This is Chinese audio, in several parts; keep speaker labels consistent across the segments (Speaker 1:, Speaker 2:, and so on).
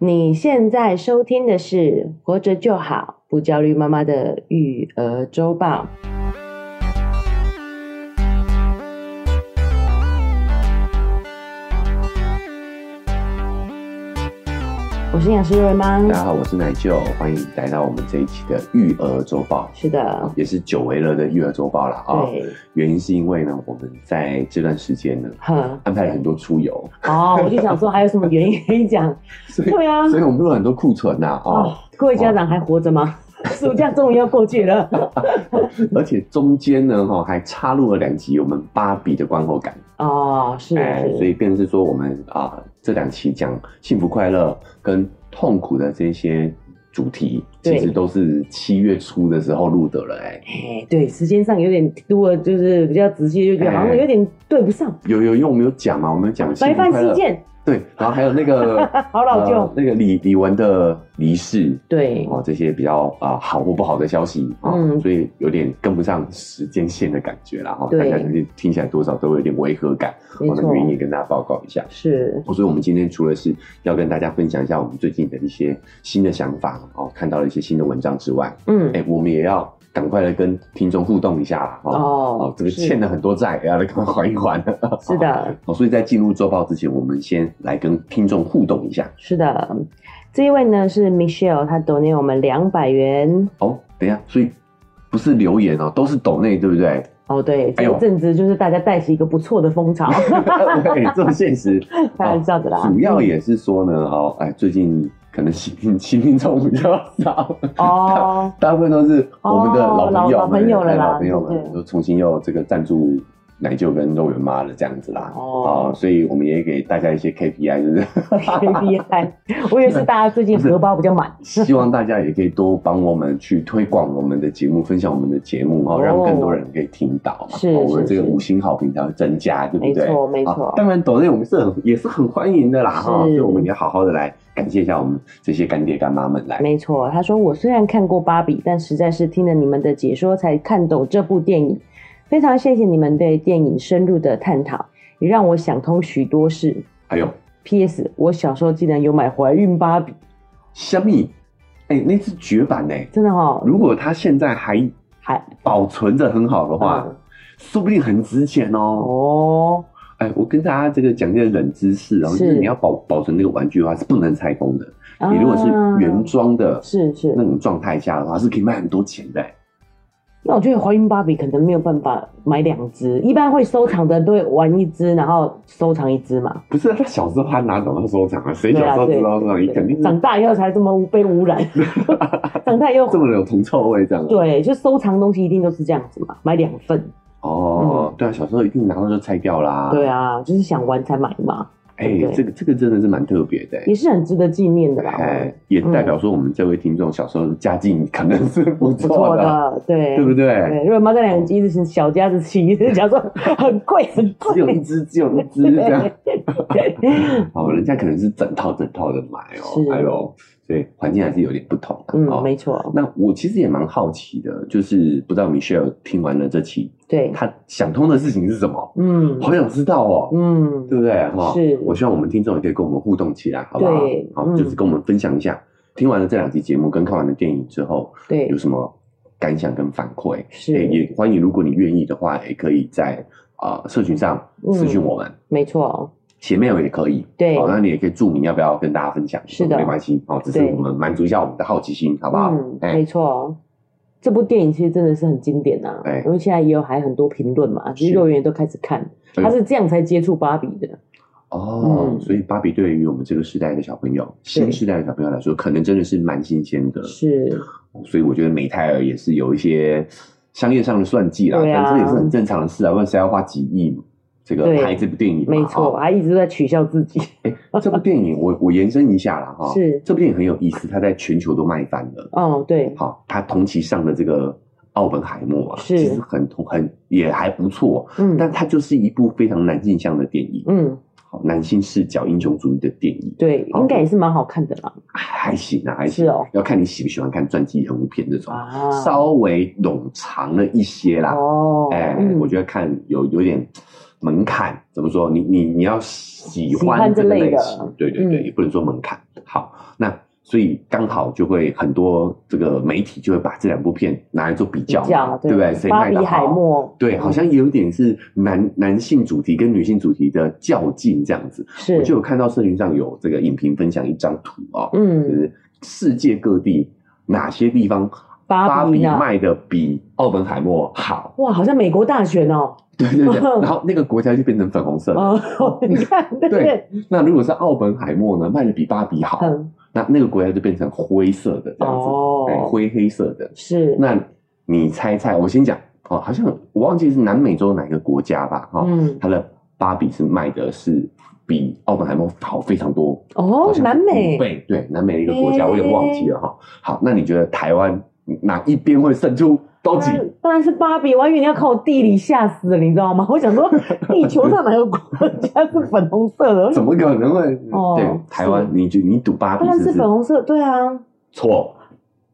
Speaker 1: 你现在收听的是《活着就好，不焦虑妈妈的育儿周报》。我是营养师瑞妈。
Speaker 2: 大家好，我是奶舅，欢迎来到我们这一期的育儿周报，
Speaker 1: 是的，
Speaker 2: 也是久违了的育儿周报了啊、
Speaker 1: 对，
Speaker 2: 原因是因为呢，我们在这段时间呢，
Speaker 1: 呵，
Speaker 2: 安排了很多 出游，
Speaker 1: 哦，我就想说还有什么原因可以 讲？
Speaker 2: 所以
Speaker 1: 对啊，
Speaker 2: 所以我们录了很多库存呐、
Speaker 1: 哦
Speaker 2: 啊，，
Speaker 1: 各位家长还活着吗？
Speaker 2: 哦
Speaker 1: 暑假终于要过去了，
Speaker 2: 而且中间呢，哈，还插入了两集我们芭比的观后感，
Speaker 1: 哦，是是，
Speaker 2: 哎所以变成是说我们啊、这两期讲幸福快乐跟痛苦的这些主题，
Speaker 1: 对
Speaker 2: 其实都是七月初的时候录的了、哎。
Speaker 1: 哎，对，时间上有点多，就是比较仔细，就觉得好像有点对不上。
Speaker 2: 有有，因为我们有讲嘛，我们有讲幸
Speaker 1: 白
Speaker 2: 哎福
Speaker 1: 饭
Speaker 2: 快乐
Speaker 1: 事，件，
Speaker 2: 对，然后还有那个
Speaker 1: 好 老旧。
Speaker 2: 呃那个李李玟的离世，
Speaker 1: 对，
Speaker 2: 哦，这些比较啊、呃好或不好的消息啊、哦
Speaker 1: 嗯
Speaker 2: 所以有点跟不上时间线的感觉啦，哈、哦
Speaker 1: 对
Speaker 2: 大家就是听起来多少都有点违和感，
Speaker 1: 没
Speaker 2: 哦，那
Speaker 1: 错
Speaker 2: 个，原因也跟大家报告一下。
Speaker 1: 是，
Speaker 2: 哦所以，我们今天除了是要跟大家分享一下我们最近的一些新的想法哦，看到了一些新的文章之外，
Speaker 1: 嗯
Speaker 2: 哎、，我们也要赶快的跟听众互动一下啦，哦，
Speaker 1: 哦
Speaker 2: 哦，这个
Speaker 1: 是
Speaker 2: 欠了很多债，也要来赶快还一还。
Speaker 1: 是的，
Speaker 2: 好，哦所以在进入周报之前，我们先来跟听众互动一下。
Speaker 1: 是的。这一位呢是 Michelle，她 donate 我们两百元。
Speaker 2: 哦，等一下，所以不是留言哦，都是抖内，对 不对？
Speaker 1: 哦，对，
Speaker 2: 哎
Speaker 1: 这
Speaker 2: 呦
Speaker 1: 一阵子就是大家带起一个不错的风 潮，
Speaker 2: 对，这么现实。
Speaker 1: 开玩笑的啦。
Speaker 2: 哦主要也是说呢，哦，哎，最近可能新新听众比较少，
Speaker 1: 哦，
Speaker 2: 大部分都是我们的老朋友
Speaker 1: 哦老
Speaker 2: 们、
Speaker 1: 老朋友了
Speaker 2: 哎
Speaker 1: 啦
Speaker 2: 老朋友
Speaker 1: 对对
Speaker 2: 们都重新又这个赞助。奶舅跟肉圆妈了这样子啦，
Speaker 1: 哦
Speaker 2: 哦，所以我们也给大家一些 KPI，就是
Speaker 1: 厉害！我以为是大家最近荷包比较满。
Speaker 2: 希望大家也可以多帮我们去推广我们的节目，分享我们的节目哦，
Speaker 1: 哦
Speaker 2: 让更多人可以听到嘛。
Speaker 1: 是
Speaker 2: 哦我们
Speaker 1: 是
Speaker 2: 这个
Speaker 1: 是
Speaker 2: 五星好评才会增加，对不对？
Speaker 1: 没错没
Speaker 2: 啊
Speaker 1: 错
Speaker 2: 当然，抖内我们是很也是很欢迎的啦哈，
Speaker 1: 是
Speaker 2: 所以我们也好好的来感谢一下我们这些干爹干妈们来。
Speaker 1: 没错，他说我虽然看过芭比，但实在是听了你们的解说才看懂这部电影。非常谢谢你们对电影深入的探讨，也让我想通许多事。
Speaker 2: 还有
Speaker 1: P.S. 我小时候竟然有买怀孕芭比，
Speaker 2: 虾米，哎，那是绝版呢、
Speaker 1: 真的哈、哦，
Speaker 2: 如果它现在还
Speaker 1: 还
Speaker 2: 保存的很好的话，
Speaker 1: 嗯
Speaker 2: 说不定很值钱哦。
Speaker 1: 哦，
Speaker 2: 哎，我跟大家这个讲一些冷知识哦，
Speaker 1: 是
Speaker 2: 就是你要保保存那个玩具的话是不能拆封的。你如果是原
Speaker 1: 啊、
Speaker 2: 装的
Speaker 1: 是是
Speaker 2: 那，种状态下的话，是可以卖很多钱的、
Speaker 1: 那我觉得怀孕芭比可能没有办法买两只，一般会收藏的人都会玩一只，然后收藏一只嘛，
Speaker 2: 不是啊，他小时候他哪找到收藏啊？谁
Speaker 1: 对
Speaker 2: 小
Speaker 1: 啊
Speaker 2: 时候
Speaker 1: 对
Speaker 2: 知道收藏？你肯定
Speaker 1: 长
Speaker 2: 是
Speaker 1: 大以后才这么被污染，长大以后
Speaker 2: 这么有铜臭味这样、啊。
Speaker 1: 对，就收藏东西一定都是这样子嘛，买两份。
Speaker 2: 哦，对啊，小时候一定拿到就拆掉啦。
Speaker 1: 嗯对
Speaker 2: 啊，
Speaker 1: 啊，就是想玩才买嘛，
Speaker 2: 哎、
Speaker 1: 对
Speaker 2: 这个这个真的是蛮特别的、
Speaker 1: 也是啊很值得纪念的啦。哦
Speaker 2: 哎、也代表说我们这位听众小时候的家境可能是不
Speaker 1: 不
Speaker 2: 错
Speaker 1: 错
Speaker 2: 的，
Speaker 1: 的，对
Speaker 2: 对不对？
Speaker 1: 嗯对，瑞妈这两集一直小家子气，一直讲说很贵很
Speaker 2: 只有一
Speaker 1: 贵，
Speaker 2: 只，只有一只这 样。哦，人家可能是整套整套的买
Speaker 1: 是
Speaker 2: 哦，哎呦，所以环境还是有点不同、啊。
Speaker 1: 嗯，
Speaker 2: 哦
Speaker 1: 没错，
Speaker 2: 那我其实也蛮好奇的，就是不知道 Michelle 听完了这期，
Speaker 1: 对，
Speaker 2: 他想通的事情是什么？
Speaker 1: 嗯
Speaker 2: 好想知道哦，
Speaker 1: 嗯，
Speaker 2: 对不对？哈，
Speaker 1: 是
Speaker 2: 我希望我们听众也可以跟我们互动起来，好不好
Speaker 1: 对？
Speaker 2: 好，
Speaker 1: 嗯
Speaker 2: 就是跟我们分享一下，听完了这两集节目跟看完了电影之后，
Speaker 1: 对
Speaker 2: 有，什么感想跟反馈？也
Speaker 1: 是
Speaker 2: 也欢迎，如果你愿意的话，也可以在啊、呃社群上私讯我们。
Speaker 1: 没错，哦
Speaker 2: 写 mail 也可以，
Speaker 1: 嗯对
Speaker 2: 好、那你也可以注明要不要跟大家分享，
Speaker 1: 是的
Speaker 2: 没关系，好、只是
Speaker 1: 对
Speaker 2: 我们满足一下我们的好奇心，好不哎好？
Speaker 1: 嗯，没错。这部电影其实真的是很经典呐、
Speaker 2: 哎
Speaker 1: 因为现在也有还很多评论嘛，其实
Speaker 2: 是
Speaker 1: 幼儿园都开始看，
Speaker 2: 对
Speaker 1: 他是这样才接触芭比的，
Speaker 2: 哦，
Speaker 1: 嗯
Speaker 2: 所以芭比对于我们这个时代的小朋友，新时代的小朋友来说，可能真的是蛮新鲜的。
Speaker 1: 是
Speaker 2: 所以我觉得美泰尔也是有一些商业上的算计啦，
Speaker 1: 对啊
Speaker 2: 但这也是很正常的事啊，不然谁要花几亿这个
Speaker 1: 对
Speaker 2: 拍这部电影嘛，
Speaker 1: 没错，
Speaker 2: 哈
Speaker 1: 他一直在取笑自己。
Speaker 2: 这部电影我我延伸一下啦，哈，
Speaker 1: 是
Speaker 2: 这部电影很有意思，它在全球都卖翻了。
Speaker 1: 哦，对，
Speaker 2: 好，它同期上的这个《奥本海默》啊，
Speaker 1: 是
Speaker 2: 其实很同很也还不错，
Speaker 1: 嗯
Speaker 2: 但它就是一部非常男性向的电影，
Speaker 1: 嗯，
Speaker 2: 好，男性视角英雄主义的电影，
Speaker 1: 对，
Speaker 2: 好
Speaker 1: 应该也是蛮好看的啦。
Speaker 2: 还行啊，还行，
Speaker 1: 是哦
Speaker 2: 要看你喜不喜欢看传记人物片这种，
Speaker 1: 啊，
Speaker 2: 稍微冗长了一些啦。
Speaker 1: 哦，
Speaker 2: 哎，
Speaker 1: 嗯
Speaker 2: 我觉得看有有点门槛，怎么说？你你你要喜
Speaker 1: 喜欢
Speaker 2: 欢这
Speaker 1: 这
Speaker 2: 个
Speaker 1: 类的
Speaker 2: 类型，对对对，
Speaker 1: 嗯
Speaker 2: 也不能说门槛。好，那所以刚好就会很多这个媒体就会把这两部片拿来做比较
Speaker 1: 比
Speaker 2: 嘛，
Speaker 1: 较
Speaker 2: 对不对？谁
Speaker 1: 巴
Speaker 2: 卖
Speaker 1: 比
Speaker 2: 的
Speaker 1: 海
Speaker 2: 好？
Speaker 1: 默嗯
Speaker 2: 对，好像有一点是男男性主题跟女性主题的较劲这样子。
Speaker 1: 嗯是
Speaker 2: 我就有看到社群上有这个影评分享一张图哦，就
Speaker 1: 嗯，
Speaker 2: 是世界各地哪些地方
Speaker 1: 芭
Speaker 2: 芭
Speaker 1: 比
Speaker 2: 比
Speaker 1: 呢？
Speaker 2: 卖的比奥本海默好。
Speaker 1: 哇，好像美国大选哦，
Speaker 2: 对 对对，然后那个国家就变成粉红色的。
Speaker 1: 哦，
Speaker 2: 嗯
Speaker 1: 你看，对不对，
Speaker 2: 那如果是奥本海默呢，卖的比芭比好，
Speaker 1: 嗯，
Speaker 2: 那那个国家就变成灰色的这样子，
Speaker 1: 哦
Speaker 2: 哎，灰黑色的。
Speaker 1: 是，
Speaker 2: 那你猜猜，我先讲哦，好像我忘记是南美洲哪个国家吧？哈、哦，
Speaker 1: 嗯，
Speaker 2: 它的芭比是卖的是比奥本海默好非常多，好
Speaker 1: 哦
Speaker 2: 像，是
Speaker 1: 南
Speaker 2: 五
Speaker 1: 美
Speaker 2: 倍，对，南美的一个国家，
Speaker 1: 诶
Speaker 2: 我有点忘记了哈。好，那你觉得台湾嗯哪一边会胜出高级
Speaker 1: 当？然当然是芭比，我以为你要考我地理，吓死了，你知道吗？我想 说，地球上哪个国家是粉红色的？我想
Speaker 2: 怎么可能会？
Speaker 1: 哦
Speaker 2: 对，台湾
Speaker 1: 是，
Speaker 2: 你觉你赌芭比
Speaker 1: 当然
Speaker 2: 是
Speaker 1: 是
Speaker 2: 不是
Speaker 1: 粉红色，对啊，
Speaker 2: 错？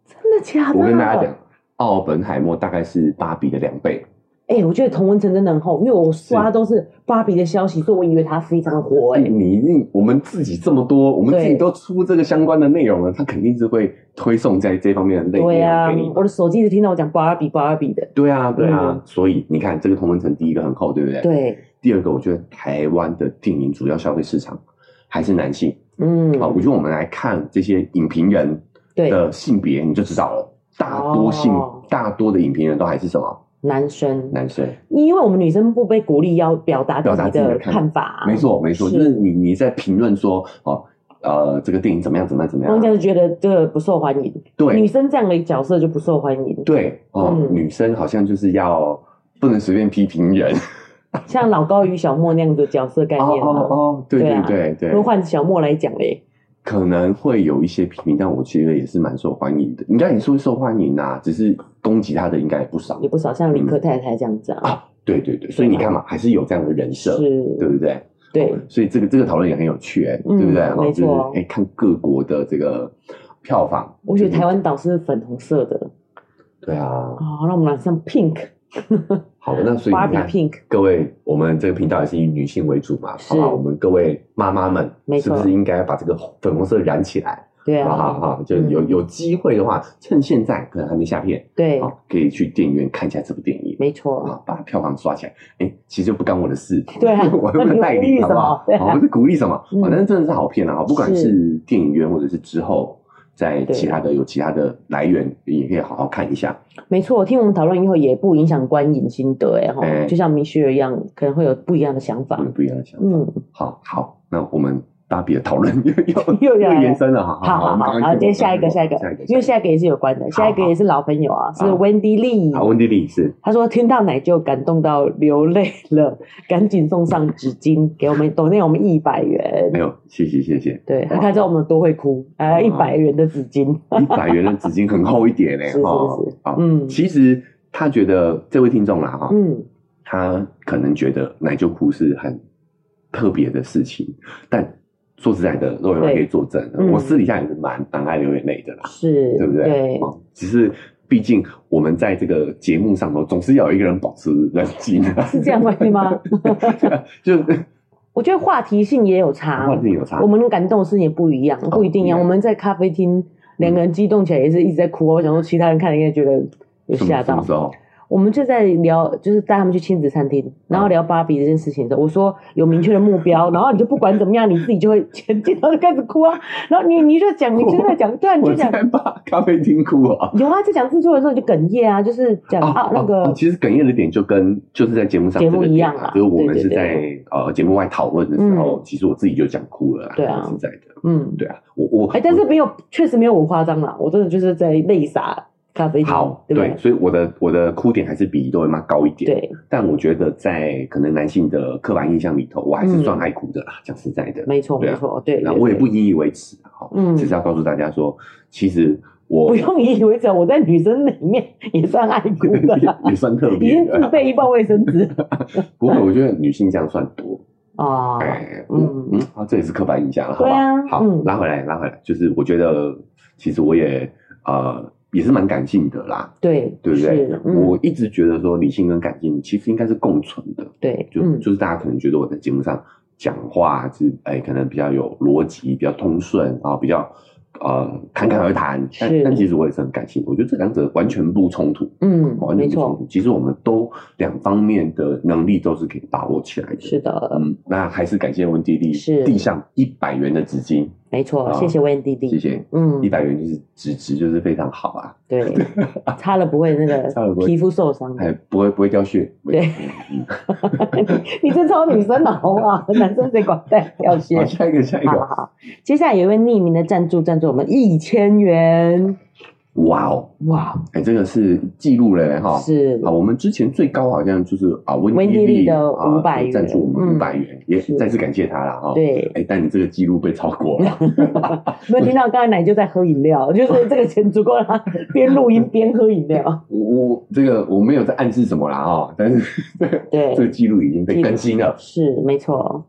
Speaker 1: 真的假的？
Speaker 2: 我跟大家讲，，奥本海默大概是芭比的两倍。
Speaker 1: 哎、我觉得童文成真的很厚，因为我刷都是芭比的消息，所以我以为他非常火、哎、
Speaker 2: 你一定，我们自己这么多，我们
Speaker 1: 对
Speaker 2: 自己都出这个相关的内容了，他肯定是会推送在这方面的类
Speaker 1: 对
Speaker 2: 内
Speaker 1: 啊
Speaker 2: 容给你。，
Speaker 1: 我的手机一直听到我讲芭比芭比的，
Speaker 2: 对啊，对啊
Speaker 1: 嗯，
Speaker 2: 所以你看，这个同文层第一个很厚，对不对？。
Speaker 1: 对，
Speaker 2: 第二个，我觉得台湾的电影主要消费市场还是男性。
Speaker 1: 嗯，
Speaker 2: 好，我觉得我们来看这些影评人
Speaker 1: 对，
Speaker 2: 的性别，你就知道了。大多性、
Speaker 1: 哦
Speaker 2: 大多的影评人都还是什么
Speaker 1: 男生，
Speaker 2: 男生？
Speaker 1: 因为我们女生不被鼓励要表达
Speaker 2: 表达
Speaker 1: 自己
Speaker 2: 自己
Speaker 1: 的
Speaker 2: 的看
Speaker 1: 看法、
Speaker 2: 没，错，没错，
Speaker 1: 啊是
Speaker 2: 就是你你在评论说哦，呃，这个电影怎么样，怎么样，怎么
Speaker 1: 人家
Speaker 2: 样？
Speaker 1: 就觉得这个不受欢迎，哦女
Speaker 2: 对
Speaker 1: 生这样的角色就不受欢迎，
Speaker 2: 对哦，
Speaker 1: 嗯
Speaker 2: 女生好像就是要不能随便批 评人。
Speaker 1: 像老高与小莫那样的角色概
Speaker 2: 哦
Speaker 1: 念、啊。
Speaker 2: 哦哦，对
Speaker 1: 对
Speaker 2: 对
Speaker 1: 啊
Speaker 2: 对
Speaker 1: 如果
Speaker 2: 对，
Speaker 1: 换小莫来讲嘞，
Speaker 2: 可能会有一些批评，但我觉得也是蛮受欢迎的，应该也是会受欢迎呐、只是攻击他的应该也不少
Speaker 1: 也。不少，像林克太太这样子啊，
Speaker 2: 啊对对对，所以你看嘛，还是有这样的人设，对
Speaker 1: 是，
Speaker 2: 不对？
Speaker 1: 对，
Speaker 2: 所以这个这个讨论也很有趣、哎、
Speaker 1: 嗯
Speaker 2: 对不对？哦
Speaker 1: 没
Speaker 2: 就是
Speaker 1: 错
Speaker 2: 哎、看各国的这个票房，
Speaker 1: 我觉得台湾岛是粉红色的
Speaker 2: 对啊，
Speaker 1: 啊，那我们染上 pink，
Speaker 2: 好的，那所以
Speaker 1: 芭
Speaker 2: 你
Speaker 1: 比
Speaker 2: 看。
Speaker 1: pink，
Speaker 2: 各位，我们这个频道也是以女性为主嘛，
Speaker 1: 是
Speaker 2: 好不好？我们各位妈妈们
Speaker 1: 没，
Speaker 2: 是
Speaker 1: 错
Speaker 2: 不是应该把这个粉红色染起来？
Speaker 1: 对
Speaker 2: 好不好？
Speaker 1: 啊，
Speaker 2: 好，就有
Speaker 1: 嗯
Speaker 2: 有机会的话，趁现在可能还没下片，
Speaker 1: 对，
Speaker 2: 好，可以去电影院看一下这部电影，
Speaker 1: 没错，
Speaker 2: 啊，把票房刷起来。哎，其实就不干我的事，
Speaker 1: 对啊
Speaker 2: 我又没有代
Speaker 1: 你鼓励
Speaker 2: 理，好不好
Speaker 1: 什么对？啊
Speaker 2: 好我是鼓励什么？
Speaker 1: 嗯
Speaker 2: 反正真的是好片啊，不管是电影院或者是之后在
Speaker 1: 对
Speaker 2: 其他的有其他的来源，也可以好好看一下。
Speaker 1: 没错。听我们讨论以后，也不影响观影心得哎哈，
Speaker 2: 哎
Speaker 1: 就像米歇尔一样，可能会有不一样的想法
Speaker 2: 我。们不一样的想法。
Speaker 1: 嗯，
Speaker 2: 好好，那我们芭比的讨论 又
Speaker 1: 又
Speaker 2: 又
Speaker 1: 来了
Speaker 2: 延伸了，好
Speaker 1: 好好好，然后接下一个，下一个
Speaker 2: 下一个，，
Speaker 1: 因为下一个也是有关的，下一个也是老朋友啊，是
Speaker 2: 好
Speaker 1: Wendy Lee。
Speaker 2: 好，温迪丽是
Speaker 1: 他说听到奶就感动到流泪了， 赶紧送上纸巾给我们，抖内我们一百元
Speaker 2: 没。有，谢谢谢谢，
Speaker 1: 对，他
Speaker 2: 哇
Speaker 1: 看到我们多会哭，哎，一百元的纸巾，
Speaker 2: 一百元的纸巾很厚一点呢
Speaker 1: 是是，
Speaker 2: 哈
Speaker 1: 是，
Speaker 2: 好，
Speaker 1: 嗯
Speaker 2: 其实他觉得这位听众啦，哈，
Speaker 1: 嗯，
Speaker 2: 他可能觉得奶就哭是很特别的事情，但。说实在的，肉圆妈可以作证
Speaker 1: 嗯，
Speaker 2: 我私底下也是蛮蛮爱流眼泪的啦，
Speaker 1: 是，
Speaker 2: 对不对？
Speaker 1: 对，
Speaker 2: 哦只是毕竟我们在这个节目上头，总是要有一个人保持冷静啊。
Speaker 1: 是这样关系吗？啊
Speaker 2: 就
Speaker 1: 我觉得话题性也有差
Speaker 2: 话，题有差
Speaker 1: 我。们感动的事情也不一样，不一定呀。
Speaker 2: 不一样
Speaker 1: 我们在咖啡厅，两个人激动起来也是一直在哭啊。我想说，其他人看了应该觉得有
Speaker 2: 什么
Speaker 1: 吓
Speaker 2: 什
Speaker 1: 到
Speaker 2: 么时。候？
Speaker 1: 我们就在聊，就是带他们去亲子餐厅，然后
Speaker 2: 嗯
Speaker 1: 聊芭比这件事情的时候，我说有明确的目标，然后你就不管怎么样，你自己就 会前进，然后就开始哭啊，然后你你就讲，你就在讲，对啊，你
Speaker 2: 我
Speaker 1: 就讲
Speaker 2: 在吧咖啡厅哭啊！
Speaker 1: 有啊，在讲制作的时候你就哽咽啊，就是讲
Speaker 2: 哦
Speaker 1: 啊
Speaker 2: 哦
Speaker 1: 那
Speaker 2: 哦
Speaker 1: 个
Speaker 2: 其实哽咽的点就跟就是在节目上
Speaker 1: 节目
Speaker 2: 这个点啊
Speaker 1: 一样啊
Speaker 2: 就是我们
Speaker 1: 对对
Speaker 2: 是
Speaker 1: 对嗯
Speaker 2: 在呃节目外讨论的时候，其实我自己就讲哭了啦。
Speaker 1: 对啊
Speaker 2: 说实在的，
Speaker 1: 嗯，
Speaker 2: 对啊，我我
Speaker 1: 哎，但是没有，确实没有我夸张啦，我真的就是在泪洒。咖啡厅，
Speaker 2: 好，
Speaker 1: 对不对？
Speaker 2: 所以我的我的哭点还是比肉圆妈高一点。，
Speaker 1: 对，
Speaker 2: 但我觉得在可能男性的刻板印象里头，我还是算爱哭的啦。讲实在的，
Speaker 1: 嗯没错，
Speaker 2: 对啊
Speaker 1: 没错，对。
Speaker 2: 那
Speaker 1: 对
Speaker 2: 我也
Speaker 1: 对
Speaker 2: 不引以为耻啊，哈
Speaker 1: 嗯
Speaker 2: 只是要告诉大家说，其实我
Speaker 1: 不用以为这，我在女生里面也算爱 哭的，
Speaker 2: 也也算特
Speaker 1: 已
Speaker 2: 别
Speaker 1: 经自
Speaker 2: 的。
Speaker 1: 备一包卫生 纸
Speaker 2: 不过我觉得女性这样算多，
Speaker 1: 啊。
Speaker 2: 哎，
Speaker 1: 嗯
Speaker 2: 嗯嗯，好，这也是刻板印象了，好
Speaker 1: 对
Speaker 2: 吧？
Speaker 1: 啊
Speaker 2: 好
Speaker 1: 嗯，
Speaker 2: 拉回来，拉回来，就是我觉得其实我也呃也是蛮感性的啦，
Speaker 1: 对，
Speaker 2: 对不对
Speaker 1: 是？嗯
Speaker 2: 我一直觉得说理性跟感性其实应该是共存的，
Speaker 1: 对，
Speaker 2: 就、
Speaker 1: 嗯，
Speaker 2: 就是大家可能觉得我在节目上讲话是哎、可能比较有逻辑，比较通顺啊，比较呃侃侃而谈，但
Speaker 1: 是
Speaker 2: 但其实我也是很感性的，我觉得这两者完全不冲突，
Speaker 1: 嗯，
Speaker 2: 完
Speaker 1: 没
Speaker 2: 全不冲
Speaker 1: 错，
Speaker 2: 突。其实我们都两方面的能力都是可以把握起来的。
Speaker 1: 是的，
Speaker 2: 嗯，那还是感谢温蒂丽
Speaker 1: 是
Speaker 2: 递上一百元的纸巾，
Speaker 1: 没错，
Speaker 2: 啊
Speaker 1: 谢谢 Wendy 弟，
Speaker 2: 谢谢，
Speaker 1: 嗯
Speaker 2: 一，百元就是纸质，就是非常好啊，
Speaker 1: 对，擦了不会那
Speaker 2: 擦了
Speaker 1: 个
Speaker 2: 不会
Speaker 1: 皮肤受伤的，
Speaker 2: 哎，不会不会掉屑。
Speaker 1: 对
Speaker 2: 嗯，嗯
Speaker 1: 你你真超女生的好不 好？男生谁管带要谢
Speaker 2: 好，？下一个下一
Speaker 1: 好好
Speaker 2: 个，
Speaker 1: 好，接下来有一位匿名的赞助赞助我们一千元，
Speaker 2: 哇哦，
Speaker 1: 哇，
Speaker 2: 哎，这个是记录了嘞哈，
Speaker 1: 是
Speaker 2: 啊，我们之前最高好像就是啊，温
Speaker 1: 温
Speaker 2: 蒂
Speaker 1: 蒂丽
Speaker 2: 丽
Speaker 1: 的
Speaker 2: 啊
Speaker 1: 500元
Speaker 2: 赞助我们
Speaker 1: 嗯
Speaker 2: 五百元，也
Speaker 1: 是
Speaker 2: 再次感谢他了哈。，
Speaker 1: 对，
Speaker 2: 哎，但你这个记录被超过了，
Speaker 1: 没有听到刚才奶就在喝饮料，就是这个钱足够让他边录音边喝饮料，
Speaker 2: 我我这个我没有在暗示什么啦哈，但是
Speaker 1: 对
Speaker 2: 这个记录已经被更新了，
Speaker 1: 是没错。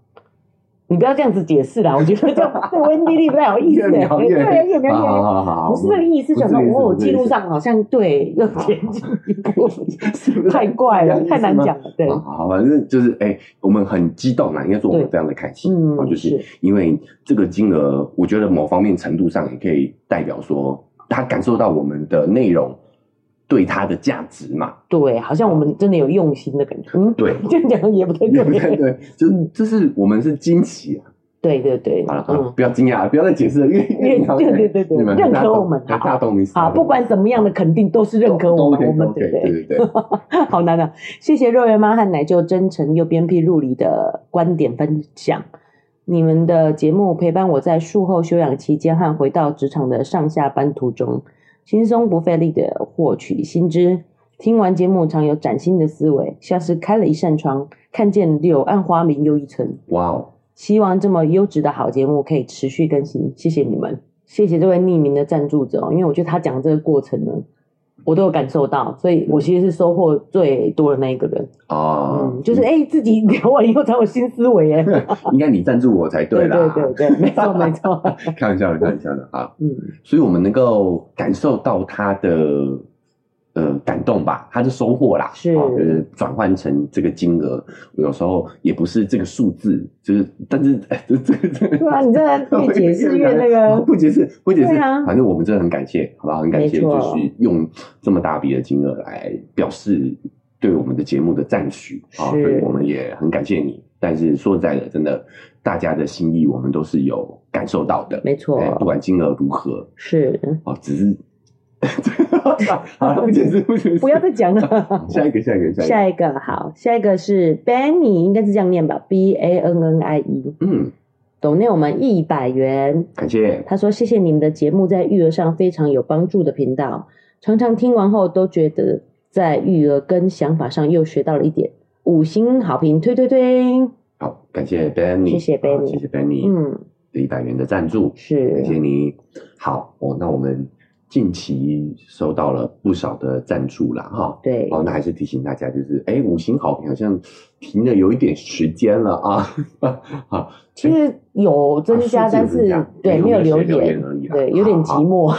Speaker 1: 你不要这样子解释啦，我觉得这 样这温蒂丽不太好意思、欸，
Speaker 2: 越描
Speaker 1: 对，
Speaker 2: 越
Speaker 1: 越描越
Speaker 2: 好好
Speaker 1: 描
Speaker 2: 好好，
Speaker 1: 不是那个意思，
Speaker 2: 不
Speaker 1: 想
Speaker 2: 是
Speaker 1: 说
Speaker 2: 这个意思
Speaker 1: 我我
Speaker 2: 不是这
Speaker 1: 记
Speaker 2: 个意
Speaker 1: 录
Speaker 2: 思
Speaker 1: 上好像对又前进一步，
Speaker 2: 是不是
Speaker 1: 太怪了
Speaker 2: 这，样
Speaker 1: 太难
Speaker 2: 意思吗
Speaker 1: 讲了，对，
Speaker 2: 啊，好，反正就是哎、我们很激动啦，应该说我们非常的开心，
Speaker 1: 嗯
Speaker 2: 啊，就是
Speaker 1: 是
Speaker 2: 因为这个金额，我觉得某方面程度上也可以代表说他感受到我们的内容对他的价值嘛，
Speaker 1: 对，好像我们真的有用心的感觉，嗯，
Speaker 2: 对
Speaker 1: 这样讲也不太
Speaker 2: 对不对？
Speaker 1: 对，
Speaker 2: 对，就是
Speaker 1: 嗯
Speaker 2: 这是我们是惊喜啊！
Speaker 1: 对对对，
Speaker 2: 好了，好了
Speaker 1: 嗯，
Speaker 2: 不要惊讶，啊不要再解释了，因为
Speaker 1: 对对对对对
Speaker 2: 你们
Speaker 1: 认可
Speaker 2: 大懂
Speaker 1: 我们
Speaker 2: 大
Speaker 1: 好
Speaker 2: 大动意思
Speaker 1: 啊，不管怎么样的肯定都是认可我们，我们对
Speaker 2: 对
Speaker 1: 不对？
Speaker 2: 对对对，
Speaker 1: 好难啊！谢谢肉圆妈和奶舅真诚又鞭辟入里的观点分享。你们的节目陪伴我在术后休养期间和回到职场的上下班途中，轻松不费力的获取新知。听完节目常有崭新的思维，像是开了一扇窗，看见柳暗花明又一村。
Speaker 2: 哇哦，
Speaker 1: 希望这么优质的好节目可以持续更新，谢谢你们，谢谢这位匿名的赞助者哦，因为我觉得他讲这个过程呢，我都有感受到，所以我其实是收获最多的那一个人，
Speaker 2: 啊，
Speaker 1: 嗯，就是哎、诶自己聊完以后才有新思维耶，
Speaker 2: 应该你赞助我才
Speaker 1: 对
Speaker 2: 对啦，
Speaker 1: 对对，没错没错，
Speaker 2: 开玩笑的，开玩笑的啊。好
Speaker 1: 嗯，
Speaker 2: 所以我们能够感受到他的呃感动吧，他的收获啦，
Speaker 1: 是
Speaker 2: 哦就是转换成这个金额，有时候也不是这个数字，就是但是 哎，这这这，
Speaker 1: 对啊， 你真的越解释越那个，
Speaker 2: 不解释不解释
Speaker 1: 对，啊
Speaker 2: 反正我们真的很感谢，好不好？很感谢，
Speaker 1: 没错
Speaker 2: 就是用这么大笔的金额来表示对我们的节目的赞许啊，所
Speaker 1: 是
Speaker 2: 以我们也很感谢你。但是说实在的，真的，大家的心意我们都是有感受到的，
Speaker 1: 没错
Speaker 2: 哎不管金额如何，
Speaker 1: 是，
Speaker 2: 哦，只是， 好了，不解释，不解释，
Speaker 1: 不要再讲了
Speaker 2: 好。 下一个，下一个，下一个，
Speaker 1: 下一个好，下一个是 Benny，应该是这样念吧，B A N N I E，
Speaker 2: 嗯，
Speaker 1: 抖内我们一百元，
Speaker 2: 感谢，
Speaker 1: 他说：“谢谢你们的节目在育儿上非常有帮助的频道，常常听完后都觉得在育儿跟想法上又学到了一点。五星好评，推推推！
Speaker 2: 好，感谢 Benny，
Speaker 1: 谢谢 Benny
Speaker 2: 啊谢谢 Benny
Speaker 1: 嗯，
Speaker 2: 一百元的赞助，感谢
Speaker 1: 是，啊
Speaker 2: 你。好，哦，那我们近期收到了不少的赞助了哈。
Speaker 1: 对，
Speaker 2: 哦，那还是提醒大家，就是哎，五星好评好像停了有一点时间了啊， 好，
Speaker 1: 其实有增加，
Speaker 2: 啊数
Speaker 1: 但
Speaker 2: 字有增
Speaker 1: 是
Speaker 2: 加
Speaker 1: 对
Speaker 2: 没
Speaker 1: 没
Speaker 2: 有
Speaker 1: 有留
Speaker 2: 留言
Speaker 1: 言
Speaker 2: 而已啦
Speaker 1: 对，有点
Speaker 2: 好好
Speaker 1: 寂寞。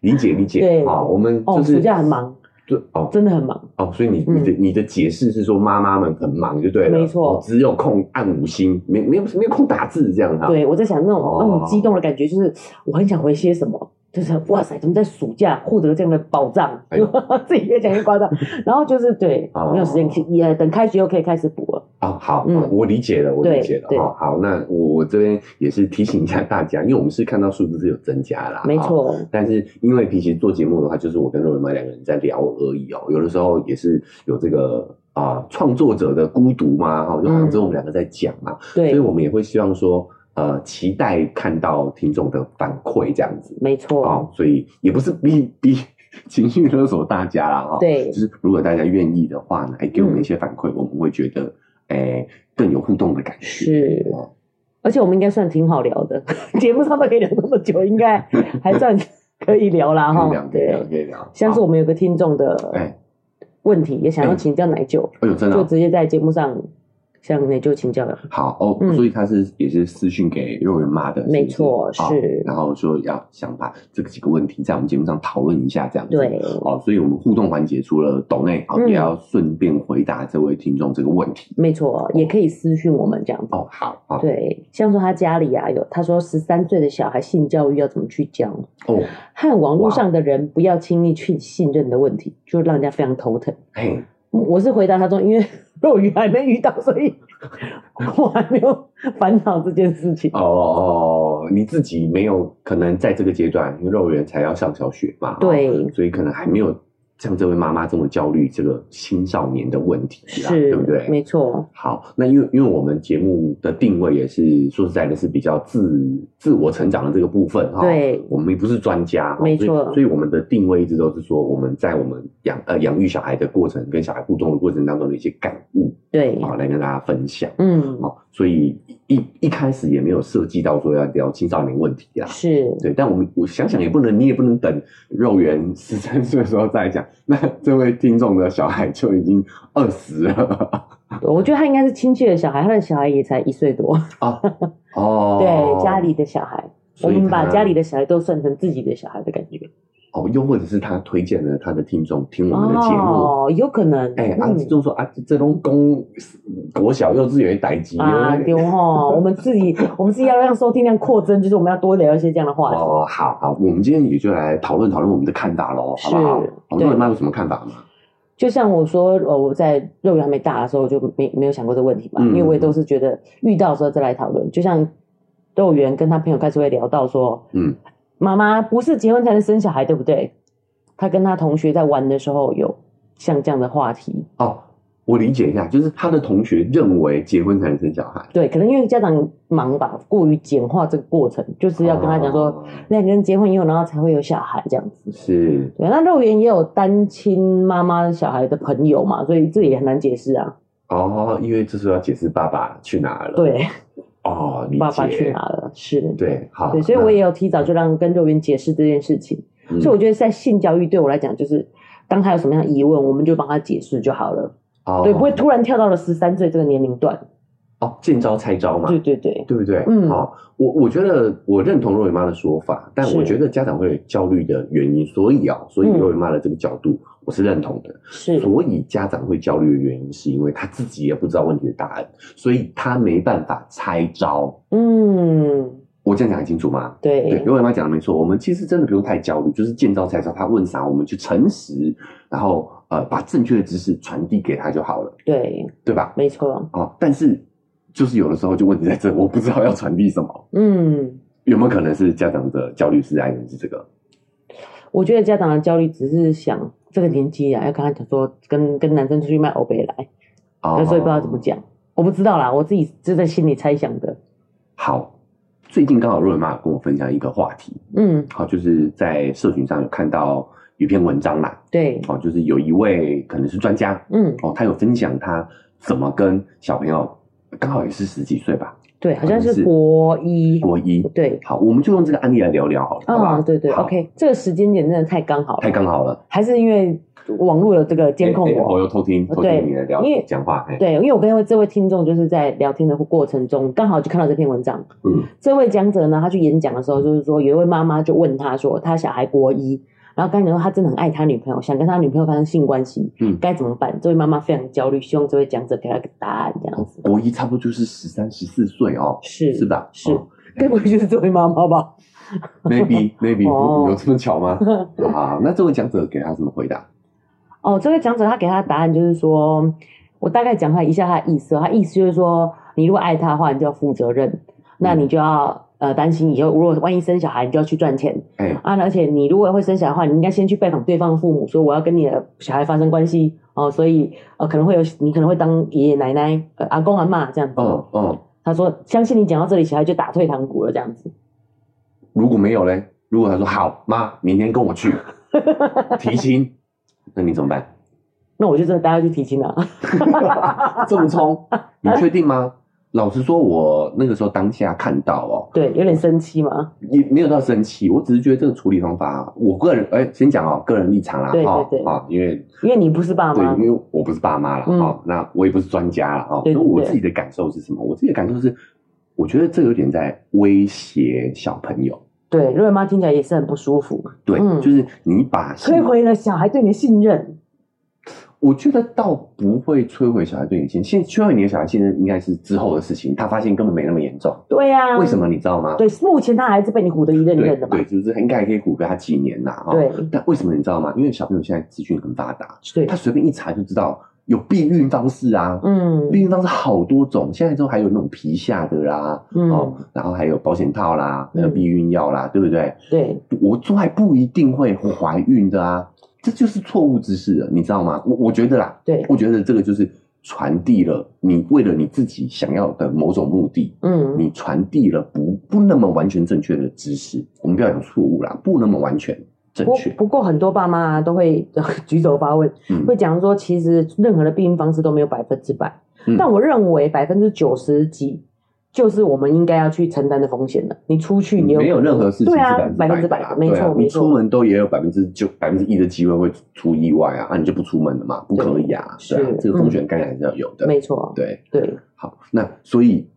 Speaker 2: 理解理解，
Speaker 1: 对
Speaker 2: 啊，我们
Speaker 1: 哦，
Speaker 2: 就是
Speaker 1: 暑假很，忙，
Speaker 2: 对，哦，
Speaker 1: 真的很忙。
Speaker 2: 哦，所以你你的、你的解释是说妈妈们很忙就对了，
Speaker 1: 嗯没错
Speaker 2: 哦只有空按五星，没没有没有空打字这样哈、，
Speaker 1: 对我在想那种
Speaker 2: 哦
Speaker 1: 那种激动的感觉，就是我很想回些什么。就是哇塞，怎么在暑假获得这样的宝藏？
Speaker 2: 哎呦
Speaker 1: 自己越讲越 夸张。然后就是对，
Speaker 2: 哦
Speaker 1: 没有时间去，也等开学又可以开始补了。
Speaker 2: 哦，好，
Speaker 1: 嗯
Speaker 2: 哦我理解了，我
Speaker 1: 对
Speaker 2: 理解了
Speaker 1: 对
Speaker 2: 哦。好，那我我这边也是提醒一下大家，因为我们是看到数字是有增加啦，
Speaker 1: 没
Speaker 2: 哦。
Speaker 1: 错，
Speaker 2: 但是因为平时做节目的话，就是我跟肉圆妈两个人在聊而已哦，有的时候也是有这个。啊，创作者的孤独嘛，哈、哦，就好像只有我们两个在讲嘛，
Speaker 1: 嗯对
Speaker 2: 所以，我们也会希望说，呃，期待看到听众的反馈这样子。
Speaker 1: 没错，
Speaker 2: 哦，所以也不是逼逼 情绪勒索大家啦哈。
Speaker 1: 对嗯
Speaker 2: 就是如果大家愿意的话呢，哎，给我们一些反馈，我们会觉得哎更有互动的感觉。
Speaker 1: 是
Speaker 2: 哦
Speaker 1: 而且我们应该算挺好聊的， 节目上都可以聊那么久，应该还算可以聊啦
Speaker 2: 可以
Speaker 1: 哈
Speaker 2: 聊，。可以聊，
Speaker 1: 哦对，
Speaker 2: 可以聊。
Speaker 1: 像是
Speaker 2: 好
Speaker 1: 我们有个听众的
Speaker 2: 哎，
Speaker 1: 问题，也想要
Speaker 2: 哎
Speaker 1: 请教奶舅，
Speaker 2: 哎呦，真的
Speaker 1: 就
Speaker 2: 哦
Speaker 1: 直接在节目上向奶舅请教了。
Speaker 2: 好哦
Speaker 1: 嗯，
Speaker 2: 所以他是也是私讯给肉圆妈的，是不是
Speaker 1: 没错
Speaker 2: 好
Speaker 1: 是
Speaker 2: 然后说要想把这个几个问题在我们节目上讨论一下，这样子。
Speaker 1: 对，
Speaker 2: 哦，所以我们互动环节除了抖内，好、
Speaker 1: 嗯
Speaker 2: 也要顺便回答这位听众这个问题。
Speaker 1: 没错，也可以私讯我们这样子。
Speaker 2: 哦，好，好，
Speaker 1: 对，像说他家里啊有，他说十三岁的小孩性教育要怎么去教，
Speaker 2: 哦，
Speaker 1: 和网络上的人不要轻易去信任的问题，就让人家非常头疼。嗯
Speaker 2: 嘿，
Speaker 1: 我是回答他说，因为 肉鱼还没遇到，所以 我还没有 烦恼这件事情。
Speaker 2: 哦哦，你自己没有可能在这个阶段，因为幼儿园才要上小学嘛，哦
Speaker 1: 对
Speaker 2: 所以可能还没有像这位妈妈这么焦虑这个青少年的问题啦，
Speaker 1: 是，
Speaker 2: 啊对不对？哦
Speaker 1: 没错，
Speaker 2: 好，那因为因为我们节目的定位也是说实在的，是比较自自我成长的这个部分哈。
Speaker 1: 对
Speaker 2: 我们也不是专家哈，
Speaker 1: 没
Speaker 2: 所以
Speaker 1: 错
Speaker 2: 所以我们的定位一直都是说我们在我们养呃养育小孩的过程跟小孩互动的过程当中的一些感悟
Speaker 1: 对，
Speaker 2: 啊，来跟大家分享。
Speaker 1: 嗯，
Speaker 2: 好，所以一一开始也没有涉及到说要聊青少年问题啦。
Speaker 1: 是，
Speaker 2: 对，但我们我想想也不能，你也不能等肉圆十三岁的时候再讲。 那这位听众的小孩就已经二十了。
Speaker 1: 我觉得他应该是亲戚的小孩，他的小孩也才一岁多，
Speaker 2: 啊，哦，
Speaker 1: 对，家里的小孩，我
Speaker 2: 所以
Speaker 1: 们把
Speaker 2: 他
Speaker 1: 家里的小孩都算成自己的小孩的感觉。
Speaker 2: 哦，又或者是他推荐了他的听众听我们的节目。
Speaker 1: 哦，有可能，
Speaker 2: 哎、啊，
Speaker 1: 嗯
Speaker 2: 就说啊，这这种公国小幼稚园代哎级
Speaker 1: 啊，丢哈！我们自己，我们自己要让收听量扩增，就是我们要多聊一些这样的话题。
Speaker 2: 哦，好好，我们今天也就来讨论讨论我们的看法喽，好不好
Speaker 1: 是？
Speaker 2: 我
Speaker 1: 对
Speaker 2: 们妈有什么看法吗？
Speaker 1: 就像我说，呃，我在肉圆还没大的时候，我就没没有想过这个问题嘛，
Speaker 2: 嗯
Speaker 1: 因为我也都是觉得遇到的时候再来讨论。就像肉圆跟他朋友开始会聊到说，
Speaker 2: 嗯，
Speaker 1: 妈妈不是结婚才能生小孩，对不对？他跟他同学在玩的时候有像这样的话题，
Speaker 2: 哦，我理解一下，就是他的同学认为结婚才能生小孩，
Speaker 1: 对，可能因为家长忙吧，过于简化这个过程，就是要跟他讲说，
Speaker 2: 哦
Speaker 1: 两个人结婚以后，然后才会有小孩这样子。
Speaker 2: 是
Speaker 1: 对，那肉圆也有单亲妈妈小孩的朋友嘛，所以这也很难解释啊。
Speaker 2: 哦，因为这时候要解释爸爸去哪了，，
Speaker 1: 对，
Speaker 2: 哦，理解，
Speaker 1: 爸爸去哪了？是，
Speaker 2: 对，好，
Speaker 1: 对，所以我也有提早就让跟肉圆解释这件事情。
Speaker 2: 那，
Speaker 1: 所以我
Speaker 2: 嗯
Speaker 1: 觉得在性教育对我来讲，就是当他有什么样的疑问，我们就帮他解释就好了。
Speaker 2: 哦
Speaker 1: 对，不会突然跳到了十三岁这个年龄段。
Speaker 2: 哦，见招拆招嘛，
Speaker 1: 对对对，
Speaker 2: 对不对？
Speaker 1: 嗯
Speaker 2: 好、我我觉得我认同若雨妈的说法，但
Speaker 1: 是
Speaker 2: 我觉得家长会有焦虑的原因，所以啊、所以
Speaker 1: 嗯
Speaker 2: 若雨妈的这个角度我是认同的。
Speaker 1: 是，
Speaker 2: 所以家长会焦虑的原因，是因为他自己也不知道问题的答案，所以他没办法拆招。
Speaker 1: 嗯，
Speaker 2: 我这样讲得清楚吗？对，
Speaker 1: 对，
Speaker 2: 若雨妈讲的没错，我们其实真的不用太焦虑，就是见招拆招，他问啥我们就诚实，然后呃把正确的知识传递给他就好了，
Speaker 1: 对，
Speaker 2: 对吧？
Speaker 1: 没错，
Speaker 2: 哦，但是就是有的时候就问题在这，我不知道要传递什么。
Speaker 1: 嗯。
Speaker 2: 有没有可能是家长的焦虑是来源自这个？
Speaker 1: 我觉得家长的焦虑只是想这个年纪啊，要跟他讲说跟跟男生出去卖欧北来，
Speaker 2: 哦
Speaker 1: 可是我也不知道怎么。讲，我不知道啦，我自己就在心里猜想的。
Speaker 2: 好，最近刚好若文妈有跟我分享一个话题，
Speaker 1: 嗯，
Speaker 2: 好，就是在社群上有看到一篇文章嘛，
Speaker 1: 对，
Speaker 2: 哦，就是有一位可能是专家
Speaker 1: 嗯，
Speaker 2: 哦，他有分享他怎么跟小朋友，刚好也是十几岁吧，
Speaker 1: 对，好像
Speaker 2: 好像
Speaker 1: 是
Speaker 2: 是
Speaker 1: 国一，
Speaker 2: 国一。
Speaker 1: 对，
Speaker 2: 好，我们就用这个案例来聊聊好了，好不
Speaker 1: 啊、
Speaker 2: 好？
Speaker 1: 对对
Speaker 2: 好
Speaker 1: ，OK，这个时间点真的太刚好
Speaker 2: 太
Speaker 1: 了，
Speaker 2: 刚好了。
Speaker 1: 还是因为网络的这个监控
Speaker 2: 哎哎我
Speaker 1: 我。哦
Speaker 2: 又偷听，偷
Speaker 1: 对
Speaker 2: 听你的聊
Speaker 1: 因为
Speaker 2: 讲话，哎，
Speaker 1: 对，因为我跟这位听众就是在聊天的过程中，刚好就看到这篇文章。
Speaker 2: 嗯，
Speaker 1: 这位讲者呢，他去演讲的时候，就是说有一位妈妈就问他说，他小孩国一，然后刚才讲说他真的很爱他女朋友，想跟他女朋友发生性关系，
Speaker 2: 嗯
Speaker 1: 该怎么办？这位妈妈非常焦虑，希望这位讲者给他个答案，这样子。
Speaker 2: 国一差不多就是十三、十四岁哦，
Speaker 1: 是
Speaker 2: 是吧？
Speaker 1: 是
Speaker 2: 哦
Speaker 1: 该不会就是这位妈妈吧？
Speaker 2: Maybe maybe
Speaker 1: 哦
Speaker 2: 有有这么巧吗？啊，那这位讲者给他什么回答？
Speaker 1: 哦，这位讲者他给他的答案就是说，我大概讲他一下他的意思哦，他意思就是说，你如果爱他的话，你就要负责任，那
Speaker 2: 嗯
Speaker 1: 你就要呃担心以后如果万一生小孩，你就要去赚钱
Speaker 2: 哎、
Speaker 1: 啊，而且你如果会生小孩的话，你应该先去拜访对方的父母，说我要跟你的小孩发生关系哦，所以呃可能会有你可能会当爷爷奶奶、呃、阿公阿嬷这样子。
Speaker 2: 嗯嗯，
Speaker 1: 他说，相信你讲到这里，小孩就打退堂鼓了这样子。
Speaker 2: 如果没有嘞，如果他说好妈，明天跟我去，提亲，那你怎么办？
Speaker 1: 那我就真的带他去提亲了。
Speaker 2: 这么冲，你确定吗？老实说，我那个时候当下看到哦，
Speaker 1: 对，有点生气嘛。
Speaker 2: 也没有到生气，我只是觉得这个处理方法，我个人哎，先讲哦，个人立场啦，
Speaker 1: 对对
Speaker 2: 哦
Speaker 1: 对
Speaker 2: 啊，因为
Speaker 1: 因为你不是爸
Speaker 2: 对，
Speaker 1: 妈，
Speaker 2: 因为我不是爸妈了
Speaker 1: 嗯
Speaker 2: 哦，那我也不是专家了哦，所
Speaker 1: 对
Speaker 2: 以
Speaker 1: 对
Speaker 2: 我
Speaker 1: 对
Speaker 2: 自己的感受是什么？我自己的感受是，我觉得这有点在威胁小朋友，
Speaker 1: 对瑞文妈听起来也是很不舒服，
Speaker 2: 对，
Speaker 1: 嗯
Speaker 2: 就是你把
Speaker 1: 摧毁了小孩对你的信任。
Speaker 2: 我觉得倒不会摧毁小孩对你的信心，摧毁你的小孩信任应该是之后的事情，他发现根本没那么严重。
Speaker 1: 对呀、
Speaker 2: 为什？么你知道吗？
Speaker 1: 对，目前他还是被你唬得一愣
Speaker 2: 对
Speaker 1: 愣的嘛
Speaker 2: 对，。就是应该可以唬个他几年呐、哈。
Speaker 1: 对
Speaker 2: 但为什么你知道吗？因为小朋友现在资讯很发达，
Speaker 1: 对
Speaker 2: 他，随便一查就知道有避孕方式啊。
Speaker 1: 嗯
Speaker 2: 避孕方式好多种，现在都还有那种皮下的啦，哦
Speaker 1: 嗯，，
Speaker 2: 然后还有保险套啦，还有
Speaker 1: 嗯
Speaker 2: 避孕药啦，对不对？
Speaker 1: 对，
Speaker 2: 我做爱不一定会怀孕的啊，这就是错误知识了，你知道吗？我我觉得啦，
Speaker 1: 对
Speaker 2: 我觉得这个就是传递了你为了你自己想要的某种目的，
Speaker 1: 嗯，
Speaker 2: 你传递了不不那么完全正确的知识。我们不要讲错误啦，不那么完全正
Speaker 1: 不
Speaker 2: 确。
Speaker 1: 不过很多爸妈、啊、都会 举手发问，
Speaker 2: 嗯
Speaker 1: 会讲说，其实任何的避孕方式都没有百分之百，
Speaker 2: 嗯
Speaker 1: 但我认为百分之九十几就是我们应该要去承担的风险了。你出去也有
Speaker 2: 嗯没有
Speaker 1: 可能
Speaker 2: 任何事情
Speaker 1: 对
Speaker 2: 是
Speaker 1: 啊，
Speaker 2: 百
Speaker 1: 百
Speaker 2: 分
Speaker 1: 分
Speaker 2: 之
Speaker 1: 之
Speaker 2: 百
Speaker 1: 百
Speaker 2: 的啦，
Speaker 1: 的，没
Speaker 2: 对啊
Speaker 1: 错
Speaker 2: 你
Speaker 1: 没
Speaker 2: 出
Speaker 1: 错，
Speaker 2: 门都也有百分之九、百分之一的机会会出意外啊！啊，你就不出门了嘛？不可以啊！
Speaker 1: 对
Speaker 2: 对啊
Speaker 1: 是，嗯
Speaker 2: 这个风险概念还是要有的。
Speaker 1: 没错，
Speaker 2: 对，
Speaker 1: 对
Speaker 2: 好，那所以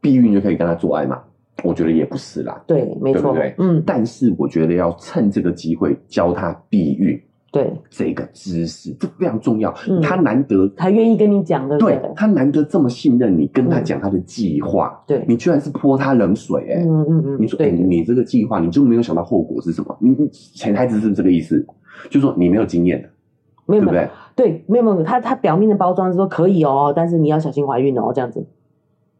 Speaker 2: 避孕就可以跟他做爱嘛？我觉得也不是啦，
Speaker 1: 对，没
Speaker 2: 对不
Speaker 1: 错
Speaker 2: 对，
Speaker 1: 嗯，
Speaker 2: 但是我觉得要趁这个机会教他避孕
Speaker 1: 对，
Speaker 2: 这个知识，这非常重要。
Speaker 1: 嗯
Speaker 2: 他难得
Speaker 1: 他愿意跟你讲，对不
Speaker 2: 对他难得这么信任你，跟他讲他的计划，
Speaker 1: 对，
Speaker 2: 你居然是泼他冷水哎、
Speaker 1: 嗯嗯嗯，
Speaker 2: 你说，哎、
Speaker 1: 对，
Speaker 2: 你这个计划，你就没有想到后果是什么？你你潜台词是不是这个意思，就说你没有经验的，
Speaker 1: 没
Speaker 2: 对
Speaker 1: 有
Speaker 2: 不
Speaker 1: 没有，
Speaker 2: 对？
Speaker 1: 对，没有没有，他他表面的包装是说可以哦，但是你要小心怀孕哦，这样子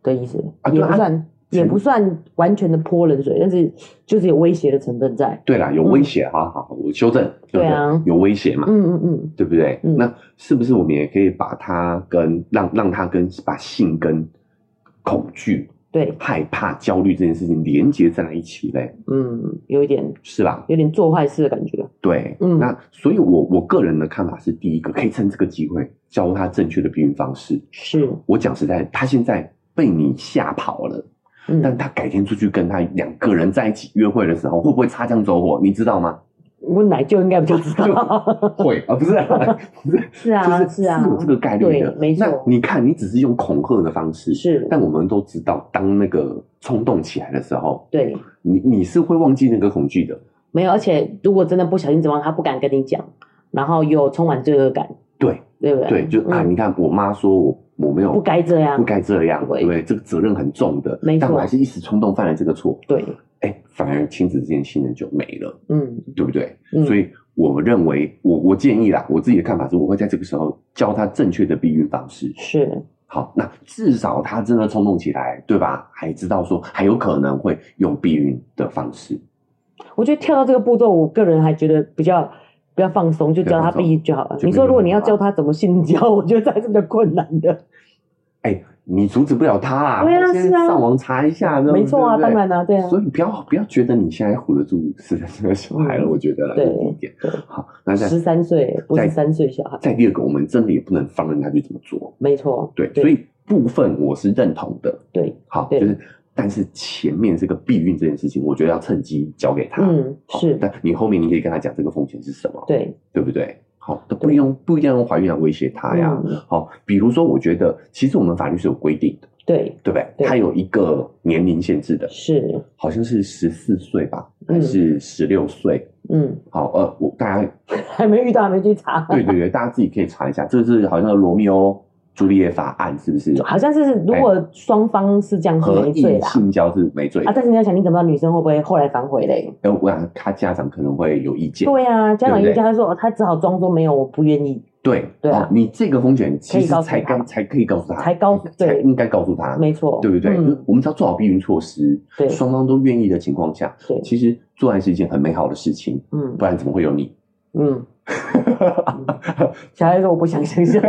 Speaker 1: 的意思，
Speaker 2: 啊对
Speaker 1: 也
Speaker 2: 啊
Speaker 1: 不算也不算完全的泼冷水，但是就是有威胁的成分在，
Speaker 2: 对啦，有威胁，好好，我修正，对不
Speaker 1: 嗯对啊
Speaker 2: 有威胁嘛，
Speaker 1: 嗯嗯嗯，
Speaker 2: 对不对？
Speaker 1: 嗯
Speaker 2: 那是不是我们也可以把他跟让让他跟把性跟恐惧、
Speaker 1: 对，
Speaker 2: 害怕、焦虑这件事情连接在一起嘞？
Speaker 1: 嗯，有一点
Speaker 2: 是吧？
Speaker 1: 有点做坏事的感觉，
Speaker 2: 对，
Speaker 1: 嗯
Speaker 2: 那所以我，我个人的看法是，第一个可以趁这个机会教他正确的避孕方式。
Speaker 1: 是，
Speaker 2: 我讲实在，他现在被你吓跑了，
Speaker 1: 嗯，
Speaker 2: 但他改天出去跟他两个人在一起约会的时候，会不会擦枪走火？你知道吗？
Speaker 1: 我奶舅应该不就知道，
Speaker 2: 会啊，不 是啊，不 是，
Speaker 1: 是啊
Speaker 2: 就是
Speaker 1: 啊
Speaker 2: 有这个概率的。
Speaker 1: 对没错
Speaker 2: 那你看，你只是用恐吓的方式，
Speaker 1: 是
Speaker 2: 但我们都知道，当那个冲动起来的时候，
Speaker 1: 对，
Speaker 2: 你你是会忘记那个恐惧的。
Speaker 1: 没有，而且如果真的不小心怎么样，他不敢跟你讲，然后有充满罪恶感，
Speaker 2: 对
Speaker 1: 对不对？
Speaker 2: 对，就啊，
Speaker 1: 嗯
Speaker 2: 你看我妈说我我没有
Speaker 1: 不该这样
Speaker 2: 不，该这样，
Speaker 1: 嗯对
Speaker 2: 对不对，这个责任很重的。
Speaker 1: 没错
Speaker 2: 但我还是一时冲动犯了这个错，
Speaker 1: 对，
Speaker 2: 哎，反而亲子之间信任就没了，
Speaker 1: 嗯
Speaker 2: 对不对？
Speaker 1: 嗯，
Speaker 2: 所以我认为，我我建议啦，我自己的看法是，我会在这个时候教他正确的避孕方式。
Speaker 1: 是，
Speaker 2: 好，那至少他真的冲动起来，对吧？还知道说还有可能会用避孕的方式。
Speaker 1: 我觉得跳到这个步骤，我个人还觉得比较比较放松，就教他
Speaker 2: 放松
Speaker 1: 避孕就好了。
Speaker 2: 就
Speaker 1: 你说
Speaker 2: 避
Speaker 1: 如果
Speaker 2: 孕
Speaker 1: 你
Speaker 2: 就
Speaker 1: 要
Speaker 2: 好
Speaker 1: 教他怎么性交， 我觉得还是比较困难的。
Speaker 2: 哎，你阻止不了他啊！
Speaker 1: 对啊
Speaker 2: 他现在
Speaker 1: 是啊
Speaker 2: 上网查一下，
Speaker 1: 没错啊，
Speaker 2: 对
Speaker 1: 当
Speaker 2: 不对
Speaker 1: 然啊，对啊，
Speaker 2: 所以不要不要觉得你现在唬得住是这个小孩了，
Speaker 1: 嗯
Speaker 2: 我觉得啦，
Speaker 1: 对
Speaker 2: 这是第一点。好，那再
Speaker 1: 十三岁不
Speaker 2: 再
Speaker 1: 是三岁小孩，
Speaker 2: 再第二个，我们真的也不能放任他去这么做。
Speaker 1: 没错，
Speaker 2: 对，
Speaker 1: 对
Speaker 2: 所以部分我是认同的。
Speaker 1: 对，
Speaker 2: 好，就
Speaker 1: 对
Speaker 2: 是但是前面这个避孕这件事情，我觉得要趁机交给他。
Speaker 1: 嗯，
Speaker 2: 好，
Speaker 1: 是，
Speaker 2: 但你后面你可以跟他讲这个风险是什么，
Speaker 1: 对，
Speaker 2: 对不对？好，都不用不一定要用怀孕来啊威胁他呀。
Speaker 1: 嗯，
Speaker 2: 好，比如说，我觉得其实我们法律是有规定的，
Speaker 1: 对，
Speaker 2: 对不对？
Speaker 1: 对
Speaker 2: 它有一个年龄限制的，
Speaker 1: 是，
Speaker 2: 好像是十四岁吧，
Speaker 1: 嗯
Speaker 2: 还是十六岁？
Speaker 1: 嗯，
Speaker 2: 好，呃，我大家
Speaker 1: 还没遇到，还没去查，
Speaker 2: 对对对，大家自己可以查一 下，这是好像罗密欧朱丽叶法案，是不是？
Speaker 1: 好像是如果双方是这样是
Speaker 2: 合
Speaker 1: 没罪
Speaker 2: 意
Speaker 1: 啦。
Speaker 2: 性交是没罪的
Speaker 1: 啊，但是你要想，你怎么知道女生会不会后来反悔嘞？
Speaker 2: 哎，我想他家长可能会有意见。
Speaker 1: 对啊，家长
Speaker 2: 对
Speaker 1: 一
Speaker 2: 不对
Speaker 1: 家说，哦他只好装作没有，我不愿意，
Speaker 2: 对
Speaker 1: 对啊
Speaker 2: 哦你这个风险其
Speaker 1: 可以
Speaker 2: 实
Speaker 1: 告诉
Speaker 2: 才
Speaker 1: 他
Speaker 2: 该才可以告诉他，
Speaker 1: 才告诉
Speaker 2: 才
Speaker 1: 对
Speaker 2: 应该告诉他，
Speaker 1: 没错，
Speaker 2: 啊对不对？
Speaker 1: 嗯
Speaker 2: 我们只要做好避孕措施，
Speaker 1: 对
Speaker 2: 双方都愿意的情况下，
Speaker 1: 对，
Speaker 2: 其实做爱是一件很美好的事情，
Speaker 1: 嗯
Speaker 2: 不然怎么会有你？
Speaker 1: 嗯，小孩说我不想想象，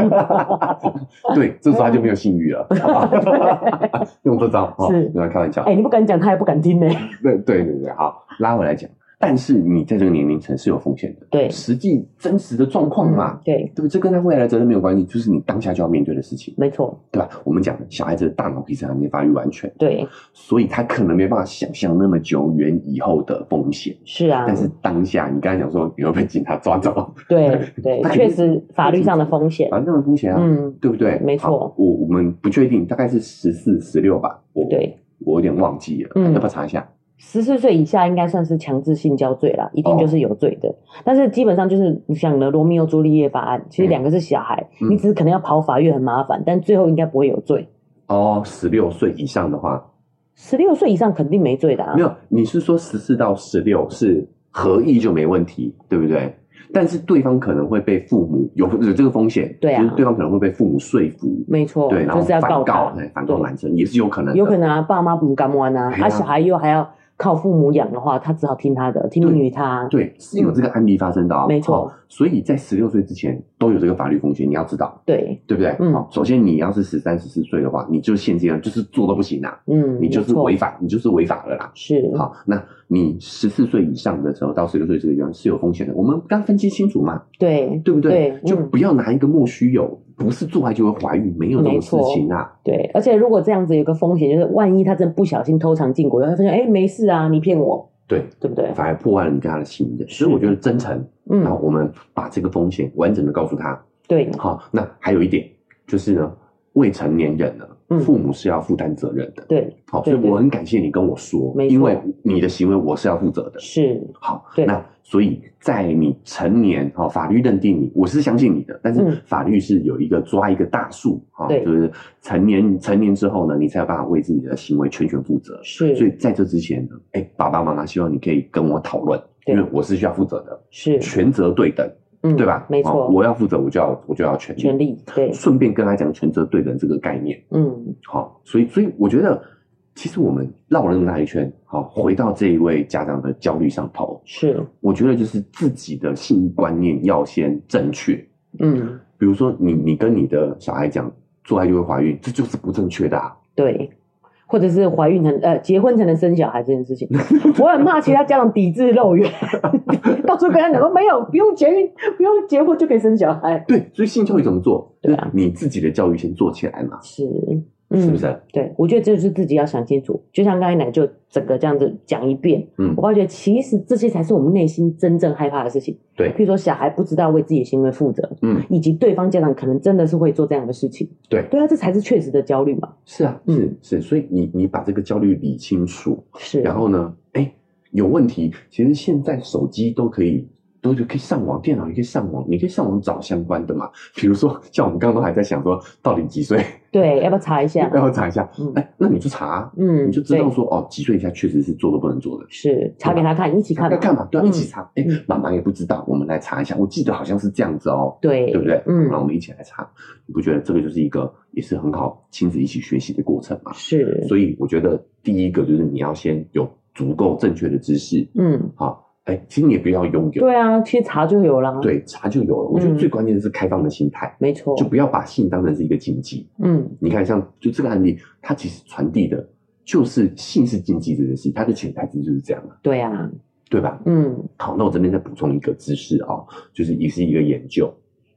Speaker 2: 对，这时候他就没有性欲了， 好吧用这招，哦
Speaker 1: 是哎
Speaker 2: 没有开玩笑
Speaker 1: 哎、。你不敢讲，他也不敢听呢、
Speaker 2: 对对对对，好，拉回来讲，但是你在这个年龄层是有风险的，
Speaker 1: 对
Speaker 2: 实际真实的状况嘛，
Speaker 1: 嗯对，
Speaker 2: 对不对？这跟他未来的责任没有关系，就是你当下就要面对的事情，
Speaker 1: 没错，
Speaker 2: 对吧？我们讲小孩子的大脑皮层还没发育完全，
Speaker 1: 对，
Speaker 2: 所以他可能没办法想象那么久远以后的风险。
Speaker 1: 是啊，
Speaker 2: 但是当下，你刚才讲说你会被警察抓走，
Speaker 1: 对对
Speaker 2: 他，肯定
Speaker 1: 确实法律上的风险，
Speaker 2: 反正那么风险啊，
Speaker 1: 嗯，
Speaker 2: 对不对？
Speaker 1: 没错
Speaker 2: 好我我们不确定，大概是十四、十六吧，我
Speaker 1: 对，
Speaker 2: 我有点忘记了，
Speaker 1: 嗯
Speaker 2: 要不要查一下？
Speaker 1: 十四岁以下应该算是强制性交罪啦，一定就是有罪的。但是基本上就是你想的罗密欧朱丽叶法案，其实两个是小孩，
Speaker 2: 嗯
Speaker 1: 你只是可能要跑法院很麻烦，但最后应该不会有罪。
Speaker 2: 哦，十六岁以上的话，
Speaker 1: 十六岁以上肯定没罪的啊
Speaker 2: 没，有，你是说十四到十六是合意就没问题，对不对？但是对方可能会被父母有有这个风险，
Speaker 1: 对啊
Speaker 2: 就是对方可能会被父母说服，
Speaker 1: 没错，
Speaker 2: 对，然后
Speaker 1: 就是
Speaker 2: 反
Speaker 1: 要告他，
Speaker 2: 哎反告
Speaker 1: 对
Speaker 2: 男生也是有可能的，
Speaker 1: 有可能啊，爸妈不敢玩啊，
Speaker 2: 哎呀
Speaker 1: 啊小孩又还要靠父母养的话，他只好听他的，听命于他。
Speaker 2: 对，是有这个案例发生的、
Speaker 1: 嗯
Speaker 2: 哦
Speaker 1: 没错
Speaker 2: 哦所以在十六岁之前都有这个法律风险，你要知道，
Speaker 1: 对，
Speaker 2: 对不对？
Speaker 1: 嗯
Speaker 2: 好首先你要是十三、十四岁的话，你就现阶段就是做都不行啦，
Speaker 1: 嗯，
Speaker 2: 你就是
Speaker 1: 没错
Speaker 2: 违法，你就是违法了啦。
Speaker 1: 是，
Speaker 2: 好，那你十四岁以上的时候到十六岁这个地方是有风险的，我们刚分析清楚嘛，
Speaker 1: 对
Speaker 2: 对不对？
Speaker 1: 对，
Speaker 2: 就
Speaker 1: 嗯
Speaker 2: 不要拿一个莫须有，不是做爱就会怀孕，没有这种事情啊。
Speaker 1: 对，而且如果这样子有个风险，就是万一他真不小心偷尝禁果，然后他发现哎没事啊，你骗我，
Speaker 2: 对，
Speaker 1: 对不对？
Speaker 2: 反而破坏了你跟他的信任，所以我觉得真诚，然后
Speaker 1: 嗯，
Speaker 2: 我们把这个风险完整的告诉他，
Speaker 1: 对，
Speaker 2: 好，那还有一点就是呢，未成年人呢，
Speaker 1: 嗯
Speaker 2: 父母是要负担责任的。
Speaker 1: 对，
Speaker 2: 好，所
Speaker 1: 对
Speaker 2: 以我很感谢你跟我说，
Speaker 1: 没错
Speaker 2: 因为你的行为我是要负责的。
Speaker 1: 是，
Speaker 2: 好，
Speaker 1: 对
Speaker 2: 那所以在你成年，哈、法律认定你，我是相信你的，但
Speaker 1: 嗯
Speaker 2: 是法律是有一个抓一个大树，哈、
Speaker 1: 对
Speaker 2: 就是成年成年之后呢，你才有办法为自己的行为全权负责。所以
Speaker 1: 是，
Speaker 2: 在这之前呢，哎、爸爸妈妈希望你可以跟我讨论，
Speaker 1: 对
Speaker 2: 因为我是需要负责的，
Speaker 1: 是，
Speaker 2: 权责对等，
Speaker 1: 嗯，
Speaker 2: 对吧？
Speaker 1: 没
Speaker 2: 哦
Speaker 1: 错，
Speaker 2: 我要负责，我就要我就要全力。
Speaker 1: 权利，对，
Speaker 2: 顺便跟他讲权责对等这个概念。
Speaker 1: 嗯，
Speaker 2: 好、所以所以我觉得，其实我们绕了那么大一圈，好、回到这一位家长的焦虑上头，
Speaker 1: 是，
Speaker 2: 我觉得就是自己的性观念要先正确。
Speaker 1: 嗯，
Speaker 2: 比如说你，你跟你的小孩讲做爱就会怀孕，这就是不正确的、啊。
Speaker 1: 对。或者是怀孕才能呃结婚才能生小孩这件事 情，我很怕其他家长抵制肉圆， 到处跟他讲说没有，不用结孕，不用结婚就可以生小孩，
Speaker 2: 对，所以性教育怎么做？
Speaker 1: 对啊
Speaker 2: 就是你自己的教育先做起来嘛，
Speaker 1: 是，嗯，
Speaker 2: 是不是？
Speaker 1: 对，我觉得这就是自己要想清楚。就像刚才奶就整个这样子讲一遍，
Speaker 2: 嗯
Speaker 1: 我发觉其实这些才是我们内心真正害怕的事情。
Speaker 2: 对
Speaker 1: 譬如说小孩不知道为自己的行为负责，
Speaker 2: 嗯，
Speaker 1: 以及对方家长可能真的是会做这样的事情。
Speaker 2: 对，
Speaker 1: 对啊，这才是确实的焦虑嘛。
Speaker 2: 是啊，
Speaker 1: 嗯
Speaker 2: 是是，所以你你把这个焦虑理清楚，
Speaker 1: 是，
Speaker 2: 然后呢，哎，有问题，其实现在手机都可以。都可以上网，电脑也可以上网，你可以上网找相关的嘛。比如说，像我们刚刚还在想说，到底几岁
Speaker 1: 对，要不要查一下
Speaker 2: 要？不要查一下？
Speaker 1: 嗯
Speaker 2: 哎，那你就查，
Speaker 1: 嗯，
Speaker 2: 你就知道
Speaker 1: 对
Speaker 2: 说哦，几岁以下确实是做都不能做的。
Speaker 1: 是查给他看，一起看
Speaker 2: 要
Speaker 1: 嘛。
Speaker 2: 干嘛？对啊，
Speaker 1: 嗯
Speaker 2: 一起查。哎
Speaker 1: 嗯，
Speaker 2: 妈妈也不知道，我们来查一下。我记得好像是这样子哦，
Speaker 1: 对，
Speaker 2: 对不对？
Speaker 1: 嗯
Speaker 2: 那我们一起来查，你不觉得这个就是一个也是很好亲子一起学习的过程吗？
Speaker 1: 是，
Speaker 2: 所以我觉得第一个就是你要先有足够正确的知识，
Speaker 1: 嗯，
Speaker 2: 好，哎，其实你也不要拥有，
Speaker 1: 对啊，去查就有了。，
Speaker 2: 对，查就有了。我觉
Speaker 1: 嗯
Speaker 2: 得最关键的是开放的心态，
Speaker 1: 没错
Speaker 2: 就。不要把性当成是一个禁忌。
Speaker 1: 嗯，
Speaker 2: 你看，像就这个案例，它其实传递的就是性是禁忌这件事情，它的潜台词就是这样啊，
Speaker 1: 对啊，
Speaker 2: 对吧？
Speaker 1: 嗯，
Speaker 2: 好，那我这边再补充一个知识啊、就是也是一个研究。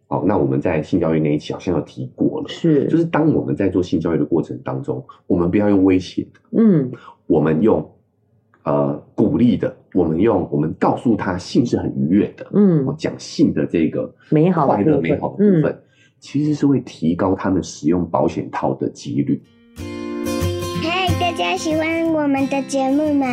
Speaker 2: 好，那我们在性教育那一期好像有提过了，
Speaker 1: 是，
Speaker 2: 就是当我们在做性教育的过程当中，我们不要用威胁的，
Speaker 1: 嗯，
Speaker 2: 我们用呃鼓励的，我们用我们告诉他性是很愉悦的，我
Speaker 1: 嗯，
Speaker 2: 讲性的这个
Speaker 1: 美好的
Speaker 2: 快乐
Speaker 1: 部分
Speaker 2: 美好的部分，
Speaker 1: 嗯
Speaker 2: 其实是会提高他们使用保险套的几率。
Speaker 3: 嗨，大家喜欢我们的节目吗？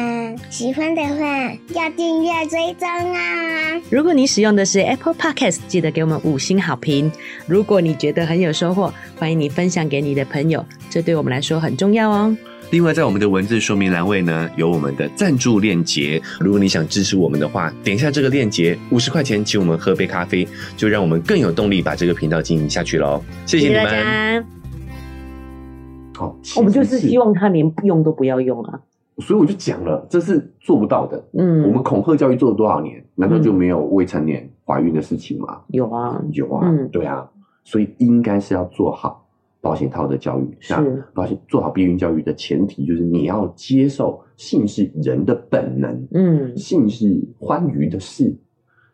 Speaker 3: 喜欢的话要订阅追踪啊、
Speaker 4: 如果你使用的是 Apple Podcast，记得给我们五星好评。如果你觉得很有收获，欢迎你分享给你的朋友，这对我们来说很重要哦。
Speaker 5: 另外，在我们的文字说明栏位呢，有我们的赞助链接。如果你想支持我们的话，点一下这个链接，五十块钱请我们喝杯咖啡，就让我们更有动力把这个频道经营下去喽。谢谢你
Speaker 4: 大
Speaker 5: 们。
Speaker 4: 家。
Speaker 2: 好，
Speaker 1: 我们就是
Speaker 2: 其实
Speaker 1: 希，望他连用都不要用啊。
Speaker 2: 所以我就讲了，这是做不到的。我
Speaker 1: 嗯
Speaker 2: 们，恐吓教育做了多少年？难道就没有未成年怀孕的事情吗？
Speaker 1: 有啊，
Speaker 2: 有啊，
Speaker 1: 嗯
Speaker 2: 对啊，所以应该是要做好保险套的教育。那
Speaker 1: 是
Speaker 2: 保险做好避孕教育的前提就是你要接受性是人的本能，
Speaker 1: 嗯，
Speaker 2: 性是欢愉的事。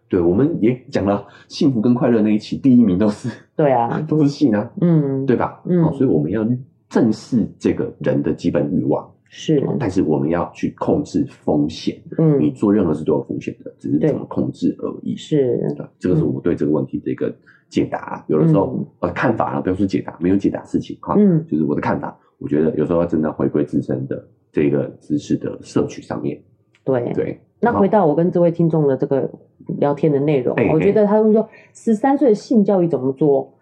Speaker 2: 对，我们也讲了，幸福跟快乐那一期第一名都是
Speaker 1: 对啊，
Speaker 2: 都是性啊，
Speaker 1: 嗯，
Speaker 2: 对吧？
Speaker 1: 嗯
Speaker 2: 哦所以我们要正视这个人的基本欲望，
Speaker 1: 是，
Speaker 2: 但是我们要去控制风险。你
Speaker 1: 嗯，
Speaker 2: 做任何事都有风险的，只是
Speaker 1: 对
Speaker 2: 怎么控制而已。
Speaker 1: 是，
Speaker 2: 对，这个是我对这个问题的一个解答。有的时候呃看法啊，不要说解答，没有解答事情哈，
Speaker 1: 嗯，
Speaker 2: 就是我的看法。我觉得有时候要真的回归自身的这个知识的摄取上面。
Speaker 1: 对。
Speaker 2: 对，
Speaker 1: 那
Speaker 2: 好
Speaker 1: 回到我跟这位听众的这个聊天的内容
Speaker 2: 哎，
Speaker 1: 我觉得他会说十三岁的性教育怎么做？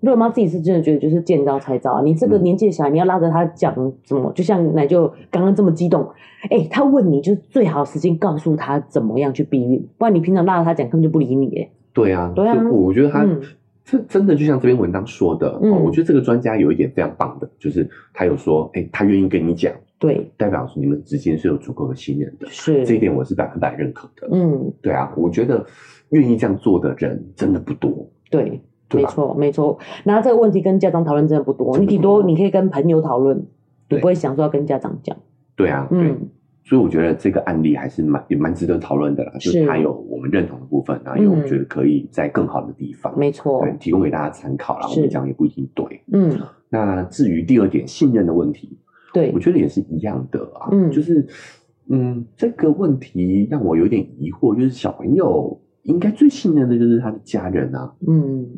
Speaker 1: 瑞妈自己是真的觉得就是见招拆招啊！你这个
Speaker 2: 嗯
Speaker 1: 年纪的小孩，你要拉着他讲什么？就像奶就刚刚这么激动，哎、他问你就是最好的时间告诉他怎么样去避孕，不然你平常拉着他讲根本就不理你、哎
Speaker 2: 对啊，
Speaker 1: 对啊
Speaker 2: 所以我觉得他
Speaker 1: 嗯
Speaker 2: 这真的就像这篇文章说的，
Speaker 1: 嗯
Speaker 2: 哦我觉得这个专家有一点非常棒的，就是他有说，哎，他愿意跟你讲，
Speaker 1: 对，
Speaker 2: 代表你们之间是有足够的信任的，
Speaker 1: 是，
Speaker 2: 这一点我是百分百认可的。
Speaker 1: 嗯，
Speaker 2: 对啊，我觉得愿意这样做的人真的不多，
Speaker 1: 对，
Speaker 2: 对啊
Speaker 1: 没
Speaker 2: 吧？
Speaker 1: 错，没错。然后这个问题跟家长讨论真的不多，你顶多你可以跟朋友讨论，你
Speaker 2: 对
Speaker 1: 不会想说要跟家长讲。
Speaker 2: 对啊，对，
Speaker 1: 嗯，
Speaker 2: 所以我觉得这个案例还是蛮也蛮值得讨论的啦，就是
Speaker 1: 是
Speaker 2: 它有我们认同的部分，然后有我们觉得可以在更好的地方，
Speaker 1: 嗯没错
Speaker 2: 对，，提供给大家参考啦。
Speaker 1: 是
Speaker 2: 我们讲也不一定对。
Speaker 1: 嗯，
Speaker 2: 那至于第二点信任的问题，
Speaker 1: 对
Speaker 2: 我，觉得也是一样的啊，
Speaker 1: 嗯
Speaker 2: 就是嗯，这个问题让我有点疑惑，就是小朋友应该最信任的就是他的家人啊，
Speaker 1: 嗯，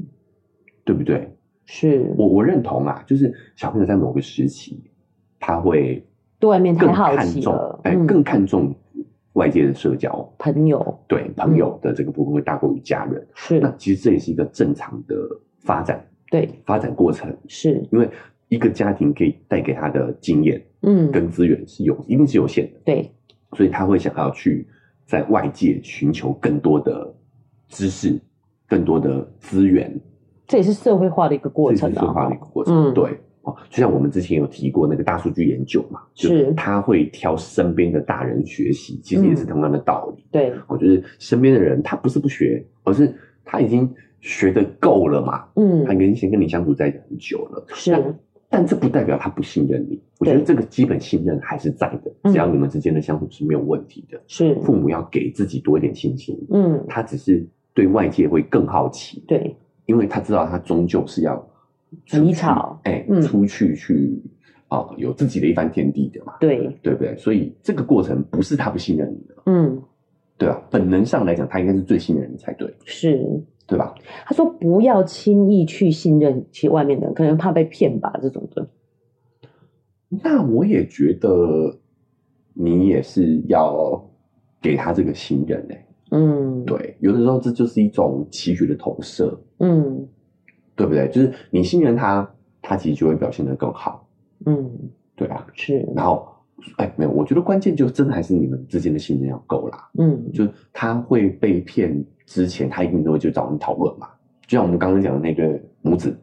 Speaker 2: 对不对？
Speaker 1: 是
Speaker 2: 我我认同啊，就是小朋友在某个时期，他会
Speaker 1: 对外面太
Speaker 2: 更
Speaker 1: 好
Speaker 2: 看
Speaker 1: 奇
Speaker 2: 重
Speaker 1: 了，，
Speaker 2: 哎，
Speaker 1: 嗯
Speaker 2: 更看重外界的社交，
Speaker 1: 朋友
Speaker 2: 对朋友
Speaker 1: 嗯
Speaker 2: 的这个部分会大过于家人。那
Speaker 1: 是，
Speaker 2: 其实这也是一个正常的发展
Speaker 1: 对，
Speaker 2: 发展过程，
Speaker 1: 是，
Speaker 2: 因为一个家庭可以带给他的经验
Speaker 1: 嗯，
Speaker 2: 跟资源是有一定是有限的，
Speaker 1: 对，
Speaker 2: 所以他会想要去在外界寻求更多的知识、更多的资源，
Speaker 1: 这也是社会化的一个过程
Speaker 2: 这是进化
Speaker 1: 啊
Speaker 2: 的一。个过程，
Speaker 1: 嗯
Speaker 2: 对。哦，就像我们之前有提过那个大数据研究嘛，就是他会挑身边的大人学习，其实也
Speaker 1: 嗯
Speaker 2: 是同样的道理。
Speaker 1: 对，
Speaker 2: 我觉得身边的人他不是不学，而是他已经学的够了嘛，
Speaker 1: 嗯
Speaker 2: 他，已经先跟你相处在一起很久了。
Speaker 1: 是，
Speaker 2: 但这不代表他不信任你，我觉得
Speaker 1: 对
Speaker 2: 这个基本信任还是在的，
Speaker 1: 嗯
Speaker 2: 只要你们之间的相处是没有问题的。
Speaker 1: 是，
Speaker 2: 父母要给自己多一点信心，
Speaker 1: 嗯，
Speaker 2: 他只是对外界会更好奇，
Speaker 1: 对，
Speaker 2: 因为他知道他终究是要出
Speaker 1: 离
Speaker 2: 去
Speaker 1: 巢
Speaker 2: 哎，
Speaker 1: 嗯
Speaker 2: 出去去啊、有自己的一番天地的嘛，
Speaker 1: 对，
Speaker 2: 对不对？所以这个过程不是他不信任你的，
Speaker 1: 嗯，
Speaker 2: 对吧？本能上来讲，他应该是最信任你才对，
Speaker 1: 是。
Speaker 2: 对吧？
Speaker 1: 他说不要轻易去信任其外面的人，可能怕被骗吧，这种的。
Speaker 2: 那我也觉得你也是要给他这个信任哎、
Speaker 1: 嗯，，
Speaker 2: 对，有的时候这就是一种期许的投射，
Speaker 1: 嗯
Speaker 2: 对不对？就是你信任他，他其实就会表现得更好，
Speaker 1: 嗯，
Speaker 2: 对吧？
Speaker 1: 是，
Speaker 2: 然后，哎，没有，我觉得关键就真的还是你们之间的信任要够啦。
Speaker 1: 嗯，
Speaker 2: 就是他会被骗之前，他一定都会去找你讨论嘛。就像我们刚刚讲的那个母子，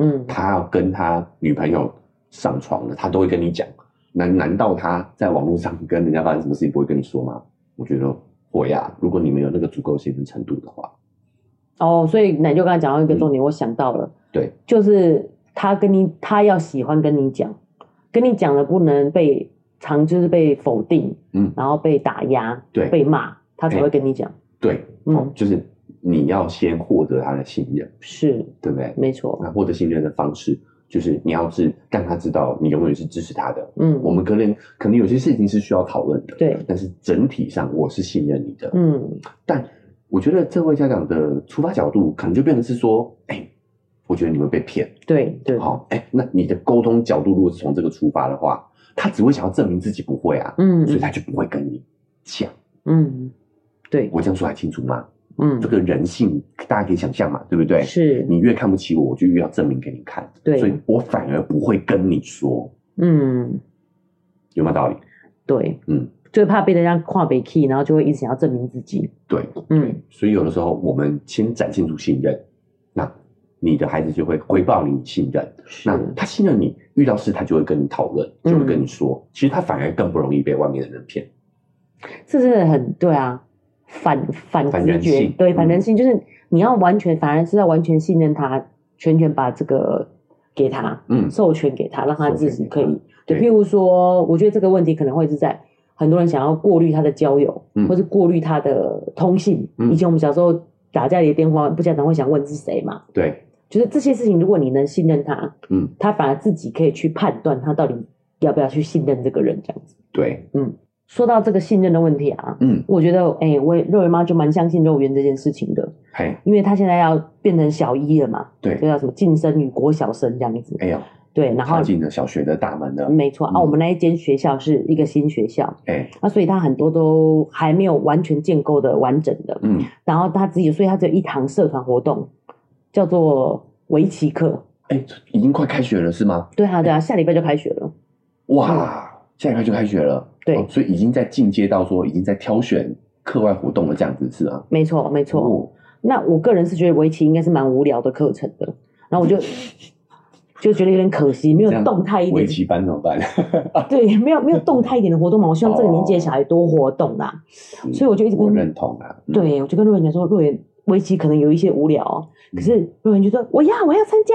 Speaker 1: 嗯，
Speaker 2: 他要跟他女朋友上床了，他都会跟你讲。难难道他在网络上跟人家发生什么事情不会跟你说吗？我觉得会呀、如果你们有那个足够信任程度的话，
Speaker 1: 哦，所以奶就刚才讲到一
Speaker 2: 嗯
Speaker 1: 个重点，我想到了，
Speaker 2: 对，
Speaker 1: 就是他跟你，他要喜欢跟你讲，跟你讲了不能被常就是被否定，
Speaker 2: 嗯
Speaker 1: 然后被打压，
Speaker 2: 对
Speaker 1: 被骂，他才
Speaker 2: 哎
Speaker 1: 会跟你讲，
Speaker 2: 对，
Speaker 1: 嗯
Speaker 2: 哦就是你要先获得他的信任，
Speaker 1: 是
Speaker 2: 对不对？
Speaker 1: 没错，
Speaker 2: 那获得信任的方式就是你要是让他知道你永远是支持他的。
Speaker 1: 嗯，
Speaker 2: 我们可能可能有些事情是需要讨论的，
Speaker 1: 对，
Speaker 2: 但是整体上我是信任你的。
Speaker 1: 嗯，
Speaker 2: 但我觉得这位家长的出发角度可能就变成是说，哎、我觉得你们被骗，
Speaker 1: 对对，
Speaker 2: 好、哎、那你的沟通角度如果是从这个出发的话，他只会想要证明自己不会啊，
Speaker 1: 嗯
Speaker 2: 所以他就不会跟你讲。
Speaker 1: 嗯，对，
Speaker 2: 我这样说还清楚吗？
Speaker 1: 嗯
Speaker 2: 这，个人性大家可以想象嘛，对不对？
Speaker 1: 是，
Speaker 2: 你越看不起我，我就越要证明给你看。
Speaker 1: 对
Speaker 2: 所以我反而不会跟你说，
Speaker 1: 嗯，
Speaker 2: 有没有道理？
Speaker 1: 对，
Speaker 2: 嗯，
Speaker 1: 就怕被人家跨北 key，然后就会一直想要证明自己，
Speaker 2: 对，
Speaker 1: 嗯，
Speaker 2: 所以有的时候我们先展现出信任，那你的孩子就会回报你信任。
Speaker 1: 是
Speaker 2: 那，他信任你，遇到事他就会跟你讨论，就
Speaker 1: 嗯
Speaker 2: 会跟你说。其实他反而更不容易被外面的人骗。
Speaker 1: 这真的很对啊，反反
Speaker 2: 反
Speaker 1: 直
Speaker 2: 人
Speaker 1: 觉，
Speaker 2: 性
Speaker 1: 对，
Speaker 2: 嗯
Speaker 1: 反人性就是你要完全，反而是要完全信任他，全权把这个给他，
Speaker 2: 嗯
Speaker 1: 授权给他，让他自己可
Speaker 2: 授
Speaker 1: 以。对，
Speaker 2: 对
Speaker 1: 譬如说，我觉得这个问题可能会是在很多人想要过滤他的交友，
Speaker 2: 嗯
Speaker 1: 或是过滤他的通信。
Speaker 2: 嗯
Speaker 1: 以前我们小时候打家里的电话，不家长会想问是谁嘛？
Speaker 2: 对，
Speaker 1: 就是这些事情，如果你能信任他，
Speaker 2: 嗯，
Speaker 1: 他反而自己可以去判断他到底要不要去信任这个人，这样子。
Speaker 2: 对，
Speaker 1: 说到这个信任的问题啊，
Speaker 2: 嗯，
Speaker 1: 我觉得，哎、我也肉圆妈就蛮相信肉圆这件事情的，
Speaker 2: 嘿，
Speaker 1: 因为她现在要变成小一了嘛，
Speaker 2: 对
Speaker 1: 这，叫什么晋升与国小生这样子，
Speaker 2: 哎呦，
Speaker 1: 对，然后
Speaker 2: 踏进了小学的大门了，
Speaker 1: 没错啊，
Speaker 2: 嗯
Speaker 1: 我们那一间学校是一个新学校，
Speaker 2: 哎，
Speaker 1: 那、所以他很多都还没有完全建构的完整的，
Speaker 2: 嗯，
Speaker 1: 然后他自己，所以他只有一堂社团活动，叫做围棋课，
Speaker 2: 哎，已经快开学了是吗？
Speaker 1: 对啊对啊，下礼拜就开学了，
Speaker 2: 哇，下礼拜就开学了，
Speaker 1: 嗯对
Speaker 2: 哦所以已经在进阶到说已经在挑选课外活动了，这样子是啊，
Speaker 1: 没错没错，
Speaker 2: 哦，
Speaker 1: 那我个人是觉得围棋应该是蛮无聊的课程的，然后 我就就觉得有点可惜，没有
Speaker 2: 这样
Speaker 1: 动态一
Speaker 2: 围
Speaker 1: 点。
Speaker 2: 棋班怎么办？
Speaker 1: 对，没有没有动态一点的活动嘛，我希望这个年纪的小孩多活动啦。所以我就一直跟
Speaker 2: 嗯我认同啊，嗯，
Speaker 1: 对，我就跟若言讲说，若言围棋可能有一些无聊哦，可是若言就说我要我要参加，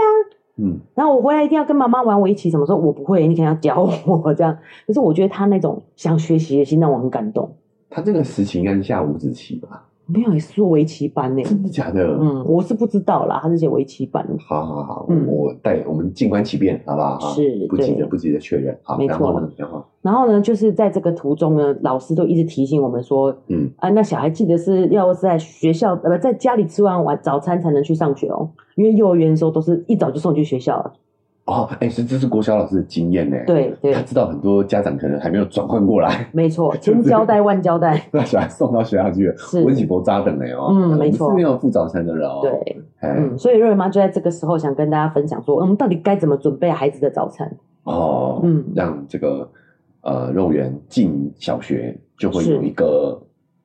Speaker 2: 嗯，
Speaker 1: 然后我回来一定要跟妈妈玩围棋什么，说我不会，你可能要教我这样。可是我觉得他那种想学习的心让我很感动。
Speaker 2: 他这个时期应该是下五子棋 吧？
Speaker 1: 没有，也是做围棋班呢、
Speaker 2: 真的假的？，
Speaker 1: 嗯，我是不知道啦，他是写围棋班的。
Speaker 2: 好好好，
Speaker 1: 嗯
Speaker 2: 我带我们静观其变，好不好？哈
Speaker 1: 是
Speaker 2: 不急
Speaker 1: 对
Speaker 2: 着不急着确认。好，
Speaker 1: 没
Speaker 2: 然后
Speaker 1: 错
Speaker 2: 呢？然后
Speaker 1: 然后呢，就是在这个途中呢，老师都一直提醒我们说，
Speaker 2: 嗯，
Speaker 1: 啊，那小孩记得是要在学校呃不在家里吃完晚早餐才能去上学哦，因为幼儿园的时候都是一早就送去学校了。
Speaker 2: 哦，哎，是这是国小老师的经验呢。，
Speaker 1: 对对
Speaker 2: 他，知道很多家长可能还没有转换过来，
Speaker 1: 没错，千交代万交代，
Speaker 2: 把小孩送到学校去了，
Speaker 1: 是
Speaker 2: 温起博扎等了哦。
Speaker 1: 嗯
Speaker 2: 我们
Speaker 1: 没错
Speaker 2: 是没有付早餐的人哦。，
Speaker 1: 对，
Speaker 2: 哎，
Speaker 1: 嗯，所以瑞妈就在这个时候想跟大家分享说，我们到底该怎么准备孩子的早餐？
Speaker 2: 哦，
Speaker 1: 嗯
Speaker 2: 让这个呃肉圆进小学就会
Speaker 1: 是
Speaker 2: 有一个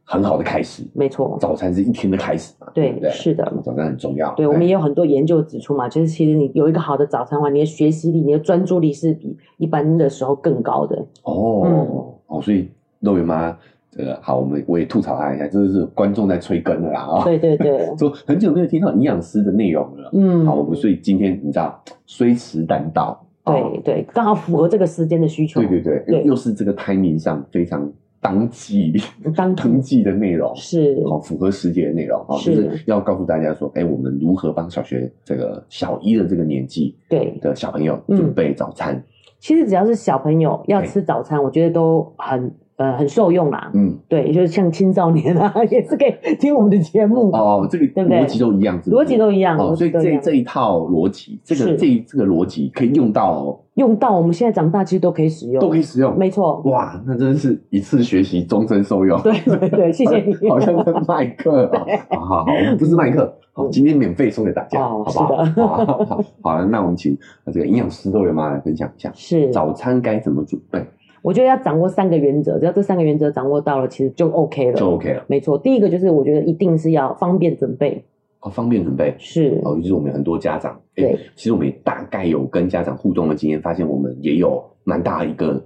Speaker 2: 很好的开始。
Speaker 1: 没错，
Speaker 2: 早餐是一天的开始嘛？
Speaker 1: 对
Speaker 2: 不对，
Speaker 1: 是的
Speaker 2: 早餐很重要。
Speaker 1: 对，
Speaker 2: 哎
Speaker 1: 我们也有很多研究指出嘛，就是其实你有一个好的早餐的话，你的学习力、你的专注力是比一般的时候更高的。
Speaker 2: 哦、
Speaker 1: 嗯
Speaker 2: 哦，所以肉圆妈，这个好，我们我也吐槽她一下，这就是观众在催更了啦啊、
Speaker 1: 对对对，
Speaker 2: 说很久没有听到营养师的内容了。
Speaker 1: 嗯，
Speaker 2: 好，我们所以今天你知道，虽迟但到。
Speaker 1: 对
Speaker 2: 哦
Speaker 1: 对，刚好符合这个时间的需求。
Speaker 2: 对对对，
Speaker 1: 对
Speaker 2: 又又是这个 timing 上非常当季
Speaker 1: 当
Speaker 2: 当季的内容。
Speaker 1: 嗯是
Speaker 2: 好，符合时节的内容好，就是是要告诉大家说，哎，我们如何帮小学这个小一的这个年纪
Speaker 1: 对。
Speaker 2: 的小朋友
Speaker 1: 嗯
Speaker 2: 准备早餐。
Speaker 1: 其实只要是小朋友要吃早餐，我觉得都很呃很受用啦。
Speaker 2: 嗯，
Speaker 1: 对，就是像青少年啊， 也是可以听我们的节目，
Speaker 2: 哦，这个
Speaker 1: 对不对
Speaker 2: 逻辑都一样，是不
Speaker 1: 逻
Speaker 2: 是
Speaker 1: 辑都一样。
Speaker 2: 哦，
Speaker 1: 逻
Speaker 2: 所
Speaker 1: 辑
Speaker 2: 以
Speaker 1: 都一
Speaker 2: 这
Speaker 1: 样
Speaker 2: 这一套逻辑，这个
Speaker 1: 是
Speaker 2: 这一这个逻辑可以用到，哦
Speaker 1: 用到我们现在长大其实都可以使用，
Speaker 2: 都可以使用。
Speaker 1: 没错。
Speaker 2: 哇，那真是一次学习，终身受用。
Speaker 1: 对对对，谢谢你。
Speaker 2: 好像在卖课哦，好好好，我们不是 卖课，好，
Speaker 1: 嗯
Speaker 2: 今天免费送给大家，
Speaker 1: 哦
Speaker 2: 好不好？
Speaker 1: 是的
Speaker 2: 好好好，好了，那我们请呃这个营养师豆圆妈来分享一下
Speaker 1: 是，
Speaker 2: 早餐该怎么准备，
Speaker 1: 我觉得要掌握三个原则，只要这三个原则掌握到了，其实就 OK 了。
Speaker 2: 就 OK 了，
Speaker 1: 没错，第一个就是我觉得一定是要方便准备，
Speaker 2: 好哦方便准备。
Speaker 1: 是，
Speaker 2: 哦，就是我们很多家长，哎
Speaker 1: 对，
Speaker 2: 其实我们也大概有跟家长互动的经验，发现我们也有蛮大一个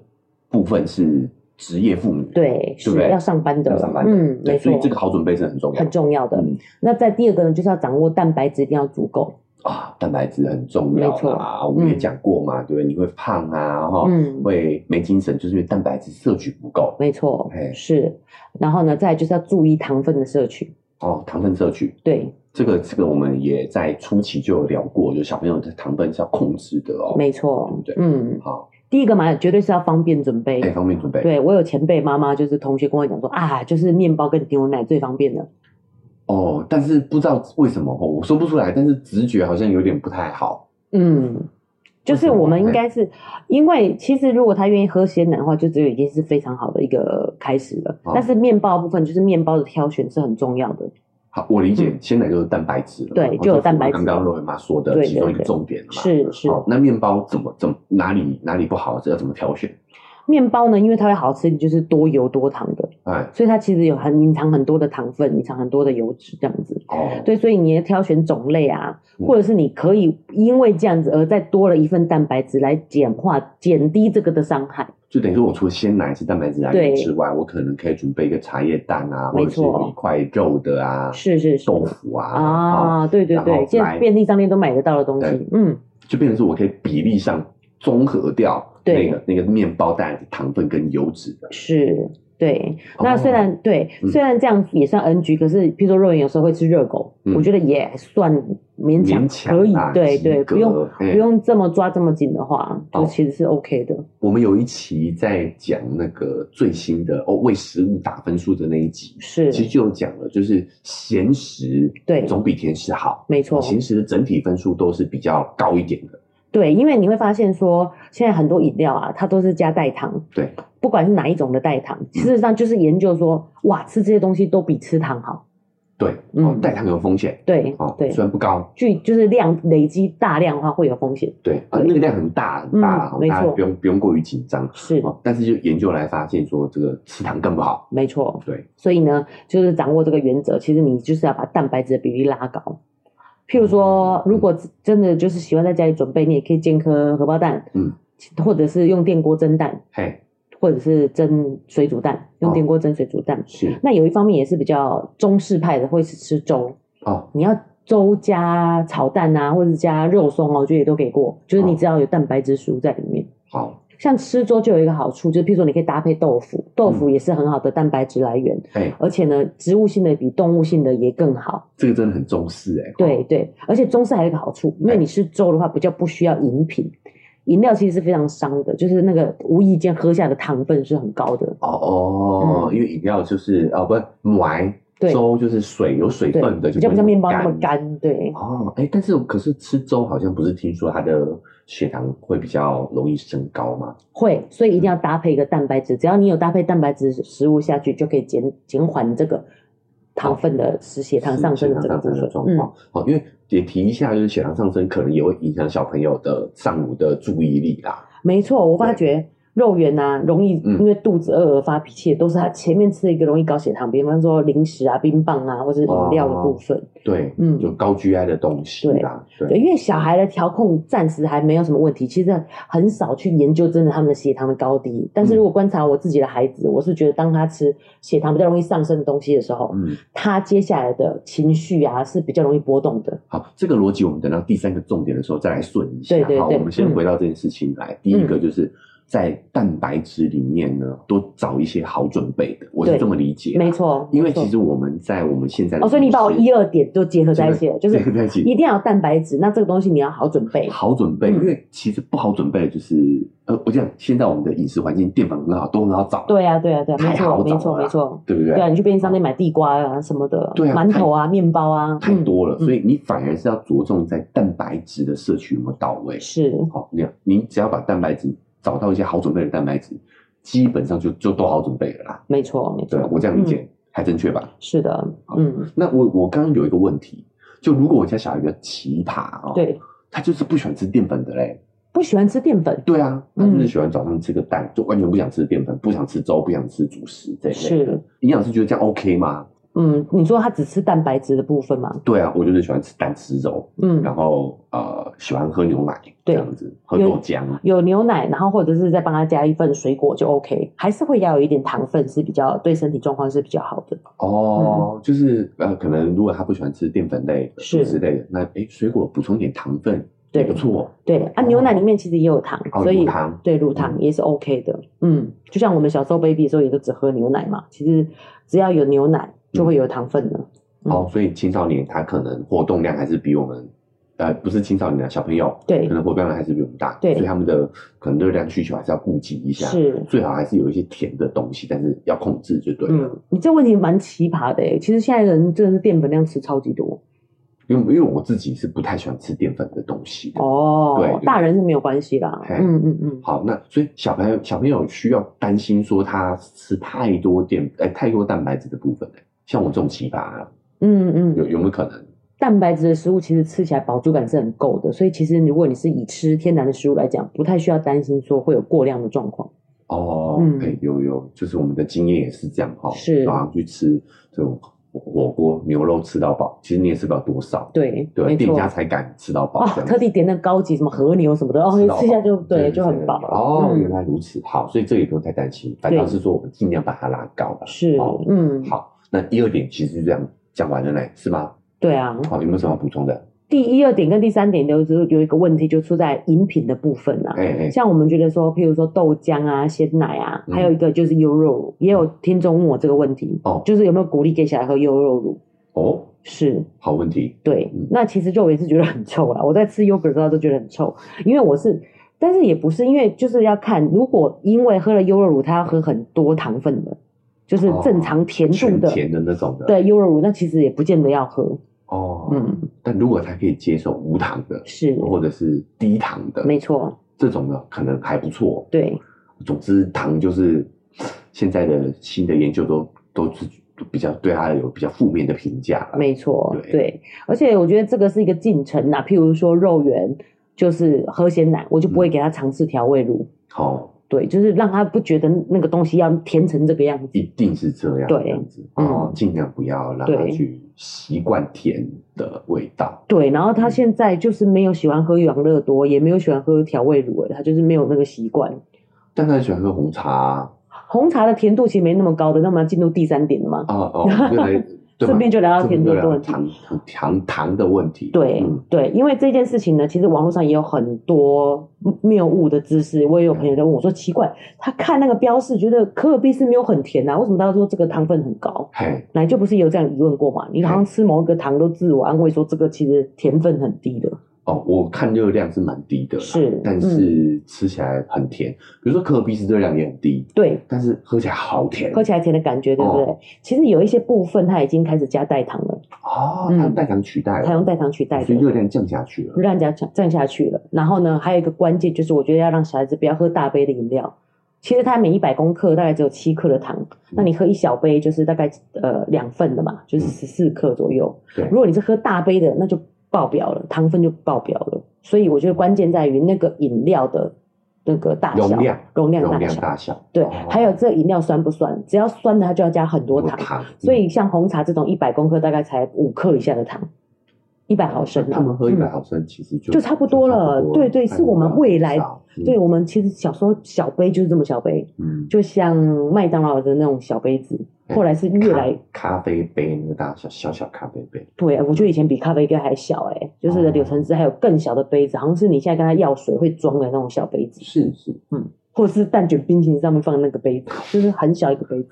Speaker 2: 部分是职业妇女，
Speaker 1: 对，
Speaker 2: 对不
Speaker 1: 是
Speaker 2: 对
Speaker 1: 要上班的，
Speaker 2: 要上班的，
Speaker 1: 嗯，
Speaker 2: 对，
Speaker 1: 没
Speaker 2: 所以
Speaker 1: 错，
Speaker 2: 这个好准备是很重要，
Speaker 1: 很重要的。
Speaker 2: 嗯
Speaker 1: 那在第二个呢，就是要掌握蛋白质一定要足够。
Speaker 2: 啊，蛋白质很重要
Speaker 1: 没错
Speaker 2: 啦，我们也
Speaker 1: 嗯
Speaker 2: 讲过嘛，对不对？你会胖啊，哈，
Speaker 1: 嗯
Speaker 2: 会没精神，就是因为蛋白质摄取不够
Speaker 1: 没错
Speaker 2: 嘿，
Speaker 1: 是。然后呢，再来就是要注意糖分的摄取。
Speaker 2: 哦，糖分摄取。
Speaker 1: 对，
Speaker 2: 这个这个我们也在初期就有聊过，就小朋友的糖分是要控制的哦。
Speaker 1: 没错
Speaker 2: 对，
Speaker 1: 嗯，
Speaker 2: 好，
Speaker 1: 第一个嘛，绝对是要方便准备
Speaker 2: 哪。方面准备？，
Speaker 1: 对我有前辈妈妈，就是同学跟我讲说啊，就是面包跟牛奶最方便的。
Speaker 2: 哦，但是不知道为什么哦，我说不出来，但是直觉好像有点不太好。
Speaker 1: 嗯，就是我们应该是，因为其实如果他愿意喝鲜奶的话，就只有已经是非常好的一个开始了。
Speaker 2: 哦
Speaker 1: 但是面包的部分，就是面包的挑选是很重要的。
Speaker 2: 好，我理解，鲜奶就是蛋白质了
Speaker 1: 嗯
Speaker 2: 嘛，
Speaker 1: 对
Speaker 2: 哦
Speaker 1: 就有蛋白质
Speaker 2: 刚刚若文妈说的
Speaker 1: 对
Speaker 2: 其中
Speaker 1: 对
Speaker 2: 一个
Speaker 1: 对
Speaker 2: 重点了嘛。哦
Speaker 1: 是是
Speaker 2: 好，那面包怎么怎么哪里哪里不好，这要怎么挑选？
Speaker 1: 面包呢，因为它会好吃，就是多油多糖的，
Speaker 2: 哎，
Speaker 1: 所以它其实有很隐藏很多的糖分，隐藏很多的油脂这样子。
Speaker 2: 哦，
Speaker 1: 对，所以你也挑选种类啊，
Speaker 2: 嗯
Speaker 1: 或者是你可以因为这样子而再多了一份蛋白质来简化、减低这个的伤害。
Speaker 2: 就等于说我除了鲜奶是蛋白质来源
Speaker 1: 对
Speaker 2: 之外，我可能可以准备一个茶叶蛋啊，或
Speaker 1: 没
Speaker 2: 者是
Speaker 1: 错
Speaker 2: 一块肉的啊，
Speaker 1: 是是是
Speaker 2: 豆腐啊，啊，
Speaker 1: 啊，对对
Speaker 2: 然后
Speaker 1: 对，现在
Speaker 2: 来
Speaker 1: 便利商店都买得到的东
Speaker 2: 对
Speaker 1: 西，嗯，
Speaker 2: 就变成是我可以比例上综合掉那
Speaker 1: 对
Speaker 2: 个那个面包蛋糖分跟油脂的，
Speaker 1: 是。对，
Speaker 2: 哦
Speaker 1: 那虽然、对，
Speaker 2: 嗯
Speaker 1: 虽然这样也算 N 局，可是譬如说肉圆有时候会吃热狗，
Speaker 2: 嗯
Speaker 1: 我觉得也算勉强
Speaker 2: 勉强
Speaker 1: 可以，
Speaker 2: 啊
Speaker 1: 对
Speaker 2: 及
Speaker 1: 对，
Speaker 2: 格
Speaker 1: 不用、
Speaker 2: 哎
Speaker 1: 不用这么抓这么紧的话，
Speaker 2: 哦
Speaker 1: 就其实是 OK 的。
Speaker 2: 我们有一期在讲那个最新的哦为食物打分数的那一集，
Speaker 1: 是，
Speaker 2: 其实就有讲了，就是咸食
Speaker 1: 对哦
Speaker 2: 总比甜食好，
Speaker 1: 没错。
Speaker 2: 咸食的整体分数都是比较高一点的。
Speaker 1: 对，因为你会发现说，现在很多饮料啊，它都是加代糖，
Speaker 2: 对，嗯
Speaker 1: 不管是哪一种的代糖，事实上就是研究说，哇，吃这些东西都比吃糖好。
Speaker 2: 对，
Speaker 1: 嗯
Speaker 2: 哦，代糖有风险
Speaker 1: 对，
Speaker 2: 哦，
Speaker 1: 对
Speaker 2: 虽，然不高，
Speaker 1: 据就是量累积大量的话会有风险。
Speaker 2: 对啊，
Speaker 1: 对
Speaker 2: 那个量很大很大啦，
Speaker 1: 嗯没
Speaker 2: 大家
Speaker 1: 错
Speaker 2: 不用不用过于紧张
Speaker 1: 是，
Speaker 2: 哦。但是就研究来发现说，这个吃糖更不好。
Speaker 1: 没错。
Speaker 2: 对，
Speaker 1: 所以呢，就是掌握这个原则，其实你就是要把蛋白质的比例拉高。譬如
Speaker 2: 哦
Speaker 1: 说，
Speaker 2: 嗯
Speaker 1: 如果真的就是喜欢在家里准备，你也可以煎颗荷包蛋，
Speaker 2: 嗯，
Speaker 1: 或者是用电锅蒸蛋，
Speaker 2: 嘿，
Speaker 1: 或者是蒸水煮蛋，
Speaker 2: 哦
Speaker 1: 用电锅蒸水煮蛋。
Speaker 2: 是
Speaker 1: 那有一方面也是比较中式派的，会是吃粥，
Speaker 2: 哦，
Speaker 1: 你要粥加炒蛋啊，或者加肉松哦，我觉得也都给过，就是
Speaker 2: 哦
Speaker 1: 你只要有蛋白质食物在里面。
Speaker 2: 好，
Speaker 1: 像吃粥就有一个好处，就是譬如说你可以搭配豆腐，豆
Speaker 2: 嗯
Speaker 1: 腐也是很好的蛋白质来源，
Speaker 2: 嘿，
Speaker 1: 而且呢，植物性的比动物性的也更好。
Speaker 2: 这个真的很重视哎。
Speaker 1: 对对，而且中式还有一个好处，因为你吃粥的话比较不需要饮品，饮料其实是非常伤的，就是那个无意间喝下的糖分是很高的。
Speaker 2: 哦
Speaker 1: 嗯
Speaker 2: 哦，因为饮料就是哦，不是奶
Speaker 1: 对
Speaker 2: 粥就是水有水
Speaker 1: 对
Speaker 2: 分的，，
Speaker 1: 比
Speaker 2: 就
Speaker 1: 较
Speaker 2: 不
Speaker 1: 不像
Speaker 2: 会
Speaker 1: 面包那么。干。对，
Speaker 2: 哦，哎，但是可是吃粥好像不是听说它的血糖会比较容易升高吗？
Speaker 1: 会，所以一定要
Speaker 2: 嗯
Speaker 1: 搭配一个蛋白质，只要你有搭配蛋白质食物下去，就可以减减缓这个糖分的使血糖上升的
Speaker 2: 哦
Speaker 1: 这
Speaker 2: 血
Speaker 1: 个
Speaker 2: 糖上
Speaker 1: 部
Speaker 2: 升
Speaker 1: 分。
Speaker 2: 的状
Speaker 1: 嗯，
Speaker 2: 况。哦，因为也提一下，就是血糖上升可能也会影响小朋友的上午的注意力啦。
Speaker 1: 没错，我发觉肉圆啊，容易
Speaker 2: 嗯
Speaker 1: 因为肚子饿而发脾气，都是他前面吃了一个容易搞血糖，比方说零食啊、冰棒啊，或者是饮料的部分。
Speaker 2: 对，
Speaker 1: 嗯
Speaker 2: 就高 GI 的东西啦。
Speaker 1: 对，，因为小孩的调控暂时还没有什么问题，其实很少去研究真的他们的血糖的高低。但
Speaker 2: 嗯
Speaker 1: 是如果观察我自己的孩子，我是觉得当他吃血糖比较容易上升的东西的时候，
Speaker 2: 嗯，
Speaker 1: 他接下来的情绪啊是比较容易波动的。
Speaker 2: 好，这个逻辑我们等到第三个重点的时候再来顺一下。
Speaker 1: 对对
Speaker 2: 好，
Speaker 1: 对
Speaker 2: 我们先
Speaker 1: 嗯
Speaker 2: 回到这件事情来。第一个就是在蛋白质里面呢，多找一些好准备的，我是
Speaker 1: 对
Speaker 2: 这么理解。
Speaker 1: 没，错，
Speaker 2: 啊因为
Speaker 1: 没错
Speaker 2: 其实我们在我们现在的
Speaker 1: 哦哦，所以你把我
Speaker 2: 饮食
Speaker 1: 一二点都结合在一起了，就是
Speaker 2: 结合 在一起
Speaker 1: 一定要有蛋白质，那这个东西你要好准备。
Speaker 2: 好准备，
Speaker 1: 嗯
Speaker 2: 因为其实不好准备的就是呃，我讲现在我们的饮食环境淀粉很好，都很好找，
Speaker 1: 对啊，对啊，对啊，没
Speaker 2: 太好
Speaker 1: 错，
Speaker 2: 找
Speaker 1: 没错，
Speaker 2: 了
Speaker 1: 没错。
Speaker 2: 对不对？
Speaker 1: 对啊，你去便利商店买地瓜啊什么的，
Speaker 2: 对啊
Speaker 1: 馒头啊、面包啊，
Speaker 2: 太
Speaker 1: 嗯
Speaker 2: 多了，
Speaker 1: 嗯
Speaker 2: 所以你反而是要着重在蛋白质的摄取有没有到位。
Speaker 1: 是
Speaker 2: 好，你你只要把蛋白质找到一些好准备的蛋白质，基本上就就都好准备了啦。
Speaker 1: 没错，没
Speaker 2: 对啊
Speaker 1: 错，嗯
Speaker 2: 我这样理解、还正确吧？
Speaker 1: 是的，嗯，
Speaker 2: 那我我刚刚有一个问题，就如果我家小孩比较奇葩哦，，
Speaker 1: 对，
Speaker 2: 他就是不喜欢吃淀粉的嘞。
Speaker 1: 不喜欢吃淀粉，
Speaker 2: 对啊，他就是
Speaker 1: 嗯
Speaker 2: 喜欢早上吃个蛋，就完全不想吃淀粉，不想吃粥，不想吃主食这一类的
Speaker 1: 是。
Speaker 2: 营养师觉得这样 OK 吗？
Speaker 1: 嗯，你说他只吃蛋白质的部分吗？
Speaker 2: 对啊，我就是喜欢吃蛋吃肉，
Speaker 1: 嗯，
Speaker 2: 然后呃喜欢喝牛奶这
Speaker 1: 对
Speaker 2: 样子，喝
Speaker 1: 有
Speaker 2: 豆浆。
Speaker 1: 有牛奶，然后或者是再帮他加一份水果就 OK，还是会要有一点糖分是比较对身体状况是比较好的。
Speaker 2: 哦，就是呃，可能如果他不喜欢吃淀粉类、
Speaker 1: 嗯是
Speaker 2: 主食类的，那诶水果补充点糖分也
Speaker 1: 对
Speaker 2: 不错。
Speaker 1: 对啊，牛奶里面其实也有糖，
Speaker 2: 哦
Speaker 1: 所以
Speaker 2: 乳糖
Speaker 1: 对乳糖也是 OK 的。嗯，就像我们小时候 baby 的时候也都只喝牛奶嘛，其实只要有牛奶就会有糖分的。嗯
Speaker 2: 哦，所以青少年他可能活动量还是比我们，呃，不是青少年啊，小朋友
Speaker 1: 对
Speaker 2: 可，能活动量还是比我们大，
Speaker 1: 对
Speaker 2: 所以他们的可能热量需求还是要顾及一下，
Speaker 1: 是。
Speaker 2: 最好还是有一些甜的东西，但是要控制就对了。
Speaker 1: 嗯，你这问题蛮奇葩的欸诶，其实现在人真的是淀粉量吃超级多
Speaker 2: 因为因为我自己是不太喜欢吃淀粉的东西的。
Speaker 1: 哦
Speaker 2: 对，
Speaker 1: 大人是没有关系啦。
Speaker 2: 嘿
Speaker 1: 嗯嗯嗯，
Speaker 2: 好，那所以小朋友小朋友需要担心说他吃太多淀，哎、太多蛋白质的部分、哎像我这种奇葩、啊，
Speaker 1: 嗯嗯，
Speaker 2: 有有没有可能？
Speaker 1: 蛋白质的食物其实吃起来饱足感是很够的，所以其实如果你是以吃天然的食物来讲，不太需要担心说会有过量的状况。
Speaker 2: 哦，
Speaker 1: 嗯
Speaker 2: 对，有有，就是我们的经验也是这样哈、哦，
Speaker 1: 是
Speaker 2: 然后去吃这种火锅牛肉吃到饱，其实你也吃不了多少，
Speaker 1: 对，
Speaker 2: 对，啊
Speaker 1: 没
Speaker 2: 店
Speaker 1: 错。
Speaker 2: 家才敢吃到饱
Speaker 1: 哦
Speaker 2: 这，样子。
Speaker 1: 特地点那高级什么和牛什么的，哦，
Speaker 2: 吃到饱
Speaker 1: 吃一下就对，就很饱了。
Speaker 2: 哦，
Speaker 1: 嗯
Speaker 2: 原来如此，好，所以这也不用太担心，反倒是说我们尽量把它拉高了。
Speaker 1: 是
Speaker 2: 哦，
Speaker 1: 嗯，
Speaker 2: 好，那第二点其实就这样讲完了嘞，是吗？
Speaker 1: 对啊。
Speaker 2: 好，有没有什么要补充的？
Speaker 1: 第一二点跟第三点都是有一个问题，就出在饮品的部分啊。
Speaker 2: 哎哎，
Speaker 1: 像我们觉得说，譬如说豆浆啊、鲜奶啊，
Speaker 2: 嗯
Speaker 1: 还有一个就是优酪乳，也有听众问我这个问题，
Speaker 2: 哦
Speaker 1: 就是有没有鼓励给小孩喝优酪乳？
Speaker 2: 哦，
Speaker 1: 是
Speaker 2: 好问题，
Speaker 1: 对
Speaker 2: 嗯，
Speaker 1: 那其实就我也是觉得很臭啦。我在吃 yogurt 的时候都觉得很臭，因为我是，但是也不是，因为就是要看，如果因为喝了优酪乳，他要喝很多糖分的，就是正常甜度
Speaker 2: 哦全
Speaker 1: 的，
Speaker 2: 甜的那种的，，
Speaker 1: 对优酪乳，那其实也不见得要喝。
Speaker 2: 哦，
Speaker 1: 嗯，
Speaker 2: 但如果他可以接受无糖的，
Speaker 1: 是，
Speaker 2: 或者是低糖的，
Speaker 1: 没错，
Speaker 2: 这种的可能还不错。
Speaker 1: 对，
Speaker 2: 总之，糖就是现在的新的研究都都是比较对它有比较负面的评价了。
Speaker 1: 没错，
Speaker 2: 啊对
Speaker 1: 对，而且我觉得这个是一个进程呐。譬如说肉圆，就是喝鲜奶，我就
Speaker 2: 嗯
Speaker 1: 不会给他尝试调味乳，
Speaker 2: 好、
Speaker 1: 对，就是让他不觉得那个东西要甜成这个样
Speaker 2: 一
Speaker 1: 子。
Speaker 2: 定是这样，
Speaker 1: 对
Speaker 2: 这样子，
Speaker 1: 嗯
Speaker 2: 哦，尽量不要让他
Speaker 1: 对
Speaker 2: 去习惯甜的味道。
Speaker 1: 对，然后
Speaker 2: 嗯
Speaker 1: 他现在就是没有喜欢喝养乐多，也没有喜欢喝调味乳了，他就是没有那个习惯。
Speaker 2: 但他很喜欢喝红茶啊，
Speaker 1: 红茶的甜度其实没那么高的，那我们要进入第三点了嘛？
Speaker 2: 哦，哦我们 就来对吧
Speaker 1: 顺便就聊到甜
Speaker 2: 顺
Speaker 1: 度
Speaker 2: 便
Speaker 1: 的
Speaker 2: 就聊
Speaker 1: 问
Speaker 2: 到
Speaker 1: 题。
Speaker 2: 糖糖糖的问题。
Speaker 1: 对、
Speaker 2: 嗯
Speaker 1: 对，因为这件事情呢，其实网络上也有很多谬误的知识。我也有朋友在问我说：“奇怪，他看那个标示，觉得可尔必斯没有很甜啊，为什么大家说这个糖分很高？
Speaker 2: 嘿，
Speaker 1: 奶就不是有这样疑问过嘛？你好像吃某一个糖都自我安慰说这个其实甜分很低的，
Speaker 2: 哦，我看热量是蛮低的啦，
Speaker 1: 是嗯
Speaker 2: 但是吃起来很甜。比如说可尔必斯热量也很低，
Speaker 1: 对，
Speaker 2: 但是喝起来好甜，
Speaker 1: 喝起来甜的感觉，对不对？
Speaker 2: 哦
Speaker 1: 其实有一些部分它已经开始加代糖了，
Speaker 2: 哦，它用
Speaker 1: 嗯
Speaker 2: 代糖取代了，
Speaker 1: 它用代糖取代的
Speaker 2: 所以热量降下去了。
Speaker 1: 让人家站下去了。然后呢，还有一个关键就是，我觉得要让小孩子不要喝大杯的饮料。其实他每一百公克大概只有七克的糖，
Speaker 2: 嗯
Speaker 1: 那你喝一小杯就是大概呃两份的嘛，就是十四克左右。
Speaker 2: 嗯对
Speaker 1: 如果你是喝大杯的，那就爆表了，糖分就爆表了。所以我觉得关键在于那个饮料的那个大小、
Speaker 2: 容量
Speaker 1: 容量
Speaker 2: 容
Speaker 1: 大
Speaker 2: 量
Speaker 1: 小。
Speaker 2: 大小，
Speaker 1: 对
Speaker 2: 哦，
Speaker 1: 还有这饮料酸不酸？只要酸的，它就要加很多
Speaker 2: 多
Speaker 1: 糖。
Speaker 2: 糖，
Speaker 1: 所以像红茶这种一百公克大概才五克以下的糖，一百毫升啊。
Speaker 2: 他们喝一
Speaker 1: 嗯
Speaker 2: 百毫升，其实就
Speaker 1: 就差不多了
Speaker 2: 就差不
Speaker 1: 对对是我们未来对，
Speaker 2: 嗯
Speaker 1: 我们其实小时候小杯就是这么小杯，
Speaker 2: 嗯，
Speaker 1: 就像麦当劳的那种小杯子，后来是越来
Speaker 2: 哎咖咖啡杯那个大小，小小咖啡杯，
Speaker 1: 对，我觉得以前比咖啡杯还小哎、就是
Speaker 2: 哦
Speaker 1: 柳橙汁还有更小的杯子，好像是你现在跟他要水会装的那种小杯子，
Speaker 2: 是是，
Speaker 1: 或者是蛋卷冰淇淋上面放那个杯子，就是很小一个杯子。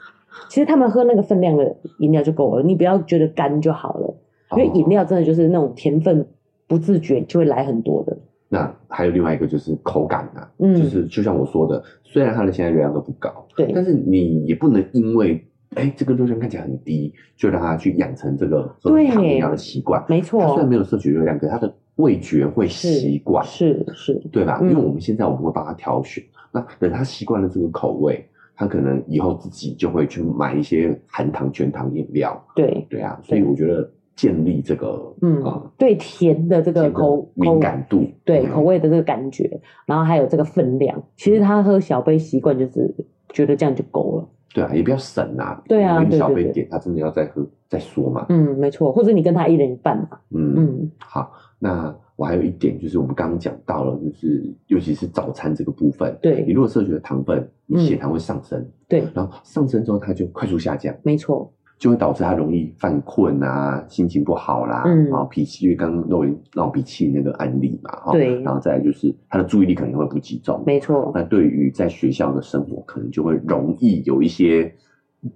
Speaker 1: 其实他们喝那个分量的饮料就够了，你不要觉得干就好了，因为
Speaker 2: 哦
Speaker 1: 饮料真的就是那种甜分不自觉就会来很多的，
Speaker 2: 那还有另外一个就是口感啊，
Speaker 1: 嗯
Speaker 2: 就是就像我说的，虽然它的现在热量都不高，
Speaker 1: 对
Speaker 2: 但是你也不能因为哎这个热量看起来很低，就让它去养成这个喝
Speaker 1: 对
Speaker 2: 糖饮料的习惯。
Speaker 1: 没
Speaker 2: 它虽然
Speaker 1: 错，
Speaker 2: 没有摄取热量，可是它的味觉会习惯，
Speaker 1: 是是，
Speaker 2: 对吧？
Speaker 1: 嗯
Speaker 2: 因为我们现在我们会帮他挑选，那等他习惯了这个口味，他可能以后自己就会去买一些含糖全糖饮料，
Speaker 1: 对
Speaker 2: 对啊。所以我觉得建立这个
Speaker 1: 嗯
Speaker 2: 呃
Speaker 1: 对甜的这
Speaker 2: 这
Speaker 1: 个
Speaker 2: 个
Speaker 1: 口
Speaker 2: 敏感度，
Speaker 1: 对
Speaker 2: 嗯
Speaker 1: 口味的这个感觉，然后还有这个分量。其实他喝小杯习惯就是觉得这样就够了。
Speaker 2: 对啊，也比较省啊。
Speaker 1: 对啊
Speaker 2: 因为
Speaker 1: 对
Speaker 2: 小
Speaker 1: 对
Speaker 2: 杯
Speaker 1: 对
Speaker 2: 点，他真的要再喝再说嘛。
Speaker 1: 嗯，没错，或者你跟他一人一半嘛。
Speaker 2: 嗯
Speaker 1: 嗯，
Speaker 2: 好。那我还有一点就是，我们刚刚讲到了，就是尤其是早餐这个部分，你
Speaker 1: 对
Speaker 2: 如果摄取了糖分，你血糖会上升，
Speaker 1: 嗯对，
Speaker 2: 然后上升之后它就快速下降，
Speaker 1: 没错，
Speaker 2: 就会导致他容易犯困啊，心情不好啦，
Speaker 1: 嗯
Speaker 2: 然后脾气，因为刚刚肉圆闹脾气那个案例嘛，哈，
Speaker 1: 对
Speaker 2: 然后再来就是他的注意力可能会不集中，
Speaker 1: 没错，
Speaker 2: 那对于在学校的生活，可能就会容易有一些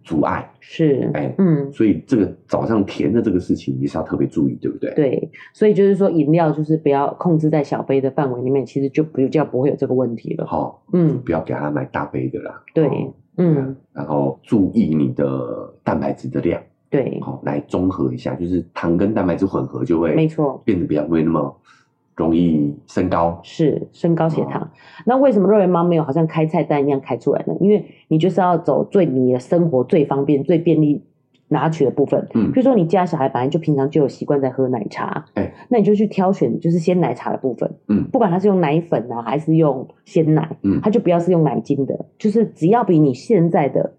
Speaker 2: 阻碍，
Speaker 1: 是
Speaker 2: 哎，
Speaker 1: 嗯。
Speaker 2: 所以这个早上甜的这个事情也是要特别注意，对不对？，
Speaker 1: 对，所以就是说，饮料就是不要控制在小杯的范围里面，其实就比较不会有这个问题了。
Speaker 2: 好、
Speaker 1: 嗯，
Speaker 2: 不要给他买大杯的啦。
Speaker 1: 对
Speaker 2: 哦
Speaker 1: 嗯，
Speaker 2: 然后注意你的蛋白质的量，
Speaker 1: 对，
Speaker 2: 好、来综合一下，就是糖跟蛋白质混合就会
Speaker 1: 没错，
Speaker 2: 变得比较不会那么容易升高。
Speaker 1: 是升高血
Speaker 2: 哦
Speaker 1: 糖。那为什么肉圆妈没有好像开菜单一样开出来呢？因为你就是要走最你的生活最方便、最便利拿取的部分。
Speaker 2: 嗯
Speaker 1: 比如说你家小孩本来就平常就有习惯在喝奶茶，
Speaker 2: 哎
Speaker 1: 那你就去挑选就是鲜奶茶的部分，
Speaker 2: 嗯
Speaker 1: 不管它是用奶粉啊还是用鲜奶，
Speaker 2: 嗯
Speaker 1: 它就不要是用奶精的，就是只要比你现在的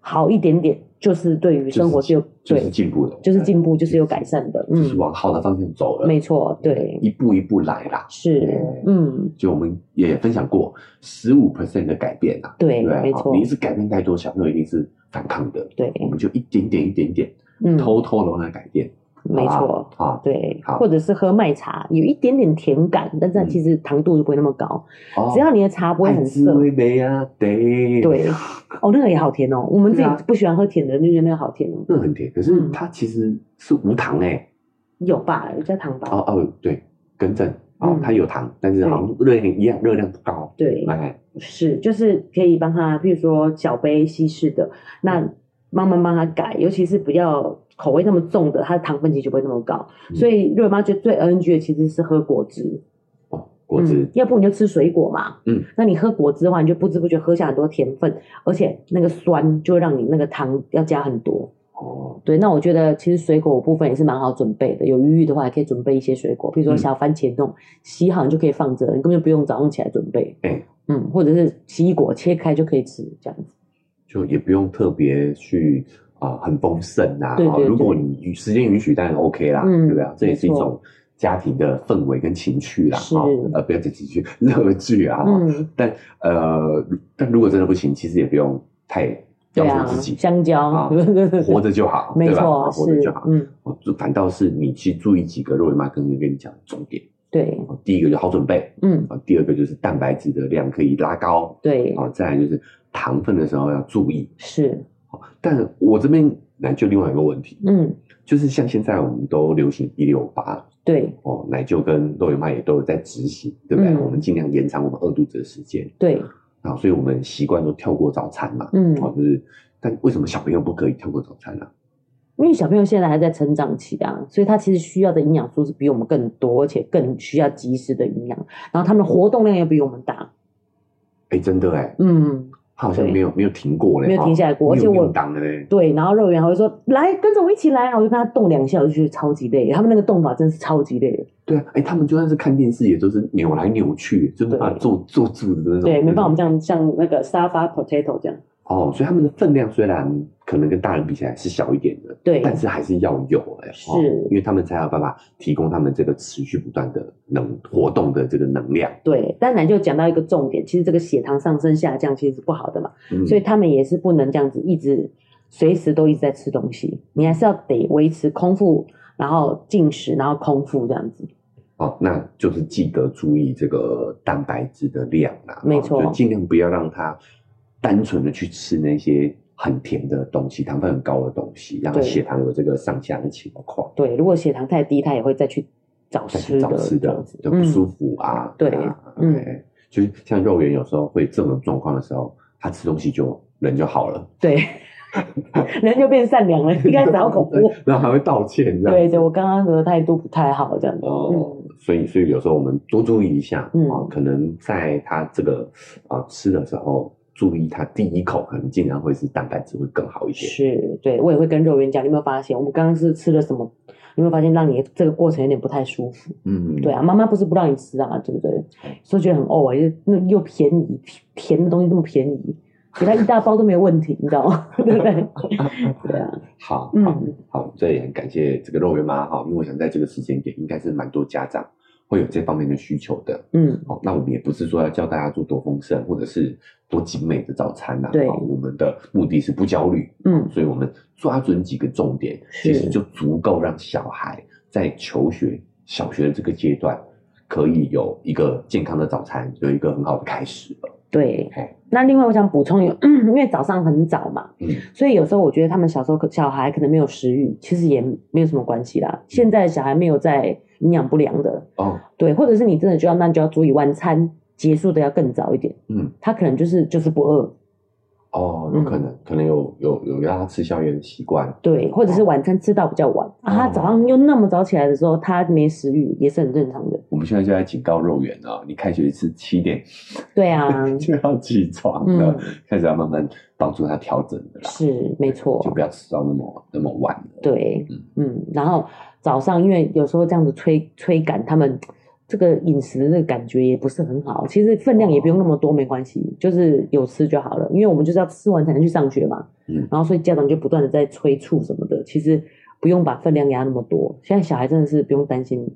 Speaker 1: 好一点点，就是对于生活是有、
Speaker 2: 就是
Speaker 1: 对，
Speaker 2: 进步的，哎
Speaker 1: 就是进步，就是有改善的，
Speaker 2: 就
Speaker 1: 嗯，
Speaker 2: 是往好的方向走了，
Speaker 1: 没错，对，
Speaker 2: 一步一步来啦。
Speaker 1: 是
Speaker 2: 对，
Speaker 1: 嗯，
Speaker 2: 就我们也分享过，十五 percent 的改变啊，
Speaker 1: 对，
Speaker 2: 对不对，
Speaker 1: 没
Speaker 2: 好
Speaker 1: 错
Speaker 2: 你一，直改变太多，小朋友一定是反抗的。
Speaker 1: 对，
Speaker 2: 我们就一点点一点点，
Speaker 1: 嗯，
Speaker 2: 偷偷的让它改变，
Speaker 1: 没
Speaker 2: 好
Speaker 1: 错，
Speaker 2: 不好啊。
Speaker 1: 对，
Speaker 2: 好
Speaker 1: 或者是喝麦茶，有一点点甜感，但是它
Speaker 2: 嗯
Speaker 1: 其实糖度就不会那么高。
Speaker 2: 哦
Speaker 1: 只要你的茶不会
Speaker 2: 爱
Speaker 1: 很
Speaker 2: 滋
Speaker 1: 涩，
Speaker 2: 味美啊，对，
Speaker 1: 对，哦，那个也好甜哦。我们自
Speaker 2: 对
Speaker 1: 己
Speaker 2: 啊
Speaker 1: 不喜欢喝甜的，人就觉得那个好甜哦。
Speaker 2: 那很甜。可是
Speaker 1: 嗯
Speaker 2: 它其实是无糖哎、
Speaker 1: 有吧？有加糖吧？
Speaker 2: 哦哦，对，更正，哦
Speaker 1: 嗯，
Speaker 2: 它有糖，但是好像热量一样，热量不高。
Speaker 1: 对，
Speaker 2: 哎，
Speaker 1: 是，就是可以帮他，譬如说小杯稀释的，那
Speaker 2: 嗯
Speaker 1: 慢慢帮他改，尤其是不要口味那么重的，它的糖分其实就不会那么高。
Speaker 2: 嗯
Speaker 1: 所以瑞妈觉得最 NG 的其实是喝果汁，
Speaker 2: 哦，果汁
Speaker 1: 嗯，要不你就吃水果嘛，
Speaker 2: 嗯，
Speaker 1: 那你喝果汁的话，你就不知不觉喝下很多甜分，而且那个酸就会让你那个糖要加很多。
Speaker 2: 哦，
Speaker 1: 对，那我觉得其实水果部分也是蛮好准备的，有余裕的话也可以准备一些水果，比如说
Speaker 2: 嗯
Speaker 1: 小番茄那种，洗好你就可以放着，你根本就不用早上起来准备。
Speaker 2: 哎
Speaker 1: 嗯，或者是奇异果切开就可以吃，这样子。
Speaker 2: 就也不用特别去啊、很丰盛啊。
Speaker 1: 对对对
Speaker 2: 哦如果你时间允许，当然 OK 啦，
Speaker 1: 嗯
Speaker 2: 对不对啊？这也是一
Speaker 1: 没错
Speaker 2: 种家庭的氛围跟情趣啦，
Speaker 1: 是
Speaker 2: 哦呃，不要讲情趣， 乐趣啊。哦
Speaker 1: 嗯，
Speaker 2: 但呃，但如果真的不行，其实也不用太
Speaker 1: 对
Speaker 2: 要求
Speaker 1: 啊，
Speaker 2: 自己，
Speaker 1: 香蕉，
Speaker 2: 啊活着就好，
Speaker 1: 没
Speaker 2: 对吧？
Speaker 1: 错，
Speaker 2: 啊活着
Speaker 1: 是
Speaker 2: 就好，。
Speaker 1: 嗯，
Speaker 2: 哦就反倒是你去注意几个肉圆妈刚刚跟你讲的重点。
Speaker 1: 对，
Speaker 2: 哦第一个就好准备，
Speaker 1: 嗯，
Speaker 2: 啊，第二个就是蛋白质的量可以拉高，
Speaker 1: 对，
Speaker 2: 啊，再来就是糖分的时候要注意。
Speaker 1: 是，
Speaker 2: 但我这边奶就另外一个问题，
Speaker 1: 嗯，
Speaker 2: 就是像现在我们都流行一六八
Speaker 1: 对，
Speaker 2: 哦，奶舅跟肉圆妈也都有在执行，对不对？
Speaker 1: 嗯
Speaker 2: 我们尽量延长我们饿肚子的时间
Speaker 1: 对，
Speaker 2: 啊，所以我们习惯都跳过早餐嘛，
Speaker 1: 嗯，
Speaker 2: 哦，就是，但为什么小朋友不可以跳过早餐啊呢、
Speaker 1: 因为小朋友现在还在成长期啊，所以他其实需要的营养素是比我们更多，而且更需要及时的营养。然后他们的活动量也比我们大，
Speaker 2: 哎，真的哎，
Speaker 1: 嗯，
Speaker 2: 他好像
Speaker 1: 对
Speaker 2: 没有没有停过嘞，
Speaker 1: 没有停下来过
Speaker 2: 哦
Speaker 1: 而且我
Speaker 2: 没有运动的嘞，
Speaker 1: 对。然后肉圆还会说：“来，跟着我一起来。”然后我就跟他动两下，我就觉得超级累。他们那个动法真是超级累，
Speaker 2: 对啊，哎，他们就算是看电视也都是扭来扭去，就没办法
Speaker 1: 对
Speaker 2: 坐坐住的那种，嗯
Speaker 1: 对，没办法，我们这样像那个沙发 potato 这样，
Speaker 2: 哦，所以他们的分量虽然可能跟大人比起来是小一点的，
Speaker 1: 对
Speaker 2: 但是还是要有哎、哦
Speaker 1: 是
Speaker 2: 因为他们才有办法提供他们这个持续不断的能活动的这个能量，
Speaker 1: 对。但奶就讲到一个重点，其实这个血糖上升下降其实是不好的嘛，
Speaker 2: 嗯
Speaker 1: 所以他们也是不能这样子一直随时都一直在吃东西，你还是要得维持空腹，然后进食，然后空腹这样子。
Speaker 2: 哦，那就是记得注意这个蛋白质的量啦，
Speaker 1: 没
Speaker 2: 哦
Speaker 1: 错
Speaker 2: 就尽量不要让它单纯的去吃那些很甜的东西，糖分很高的东西，让
Speaker 1: 对
Speaker 2: 血糖有这个上下的情况。
Speaker 1: 对，如果血糖太低，他也会再去找
Speaker 2: 再
Speaker 1: 吃
Speaker 2: 去
Speaker 1: 的，
Speaker 2: 找吃
Speaker 1: 这
Speaker 2: 的
Speaker 1: 样子
Speaker 2: 就不舒
Speaker 1: 嗯。
Speaker 2: 服啊。
Speaker 1: 对
Speaker 2: 啊
Speaker 1: 嗯，
Speaker 2: 哎就是像肉圆有时候会这种状况的时候，他吃东西就人就好了，
Speaker 1: 对，人就变善良了，一开始好恐 怖。
Speaker 2: 然后还会道歉这样。
Speaker 1: 对对，我刚刚的态度不太好，这样子。
Speaker 2: 哦
Speaker 1: 嗯，，
Speaker 2: 所以所以有时候我们多注意一下，
Speaker 1: 嗯
Speaker 2: 啊，可能在他这个啊、吃的时候，注意他第一口可能尽量会是蛋白质会更好一些。
Speaker 1: 是，对我也会跟肉圆讲，你有没有发现我们刚刚是吃了什么？你有没有发现让你这个过程有点不太舒服？
Speaker 2: 嗯，
Speaker 1: 对啊，妈妈不是不让你吃啊，对不对？所以觉得很呕啊，就那又便宜，甜的东西这么便宜，给他一大包都没有问题，你知道吗？ 对不对？对啊，
Speaker 2: 好，好，
Speaker 1: 嗯，
Speaker 2: 好，这也很感谢这个肉圆妈哈，因为我想在这个时间点，应该是蛮多家长会有这方面的需求的。
Speaker 1: 嗯，
Speaker 2: 哦，那我们也不是说要教大家做多丰盛或者是多精美的早餐呐、
Speaker 1: 对
Speaker 2: 哦我们的目的是不焦虑，
Speaker 1: 嗯，
Speaker 2: 所以我们抓准几个重点，
Speaker 1: 是
Speaker 2: 其实就足够让小孩在求学小学的这个阶段，可以有一个健康的早餐，有一个很好的开始了。
Speaker 1: 对。
Speaker 2: OK，
Speaker 1: 那另外我想补充有， 因为早上很早嘛，
Speaker 2: 嗯，
Speaker 1: 所以有时候我觉得他们小时候可小孩可能没有食欲，其实也没有什么关系啦。现在小孩没有在营养不良的，
Speaker 2: 哦，
Speaker 1: 对，或者是你真的就要那你就要注意晚餐结束的要更早一点，
Speaker 2: 嗯，
Speaker 1: 他可能就是就是不饿，
Speaker 2: 哦，
Speaker 1: 嗯
Speaker 2: 有可能，可能有有有让他吃宵夜的习惯，
Speaker 1: 对，或者是晚餐吃到比较晚啊，他早上又那么早起来的时候，他没食欲也是很正常的。
Speaker 2: 我们现在就在警告肉圆啊，你开学是七点
Speaker 1: 对啊，
Speaker 2: 就要起床了，
Speaker 1: 嗯，
Speaker 2: 开始要慢慢帮助他调整的啦，
Speaker 1: 是没
Speaker 2: 就
Speaker 1: 错，
Speaker 2: 不要吃到那么那么晚了。
Speaker 1: 对
Speaker 2: 嗯，
Speaker 1: 嗯，然后早上因为有时候这样子催催赶他们。这个饮食的感觉也不是很好，其实分量也不用那么多，没关系，就是有吃就好了。因为我们就是要吃完才能去上学嘛，
Speaker 2: 嗯
Speaker 1: 然后所以家长就不断的在催促什么的，其实不用把分量压那么多。现在小孩真的是不用担心，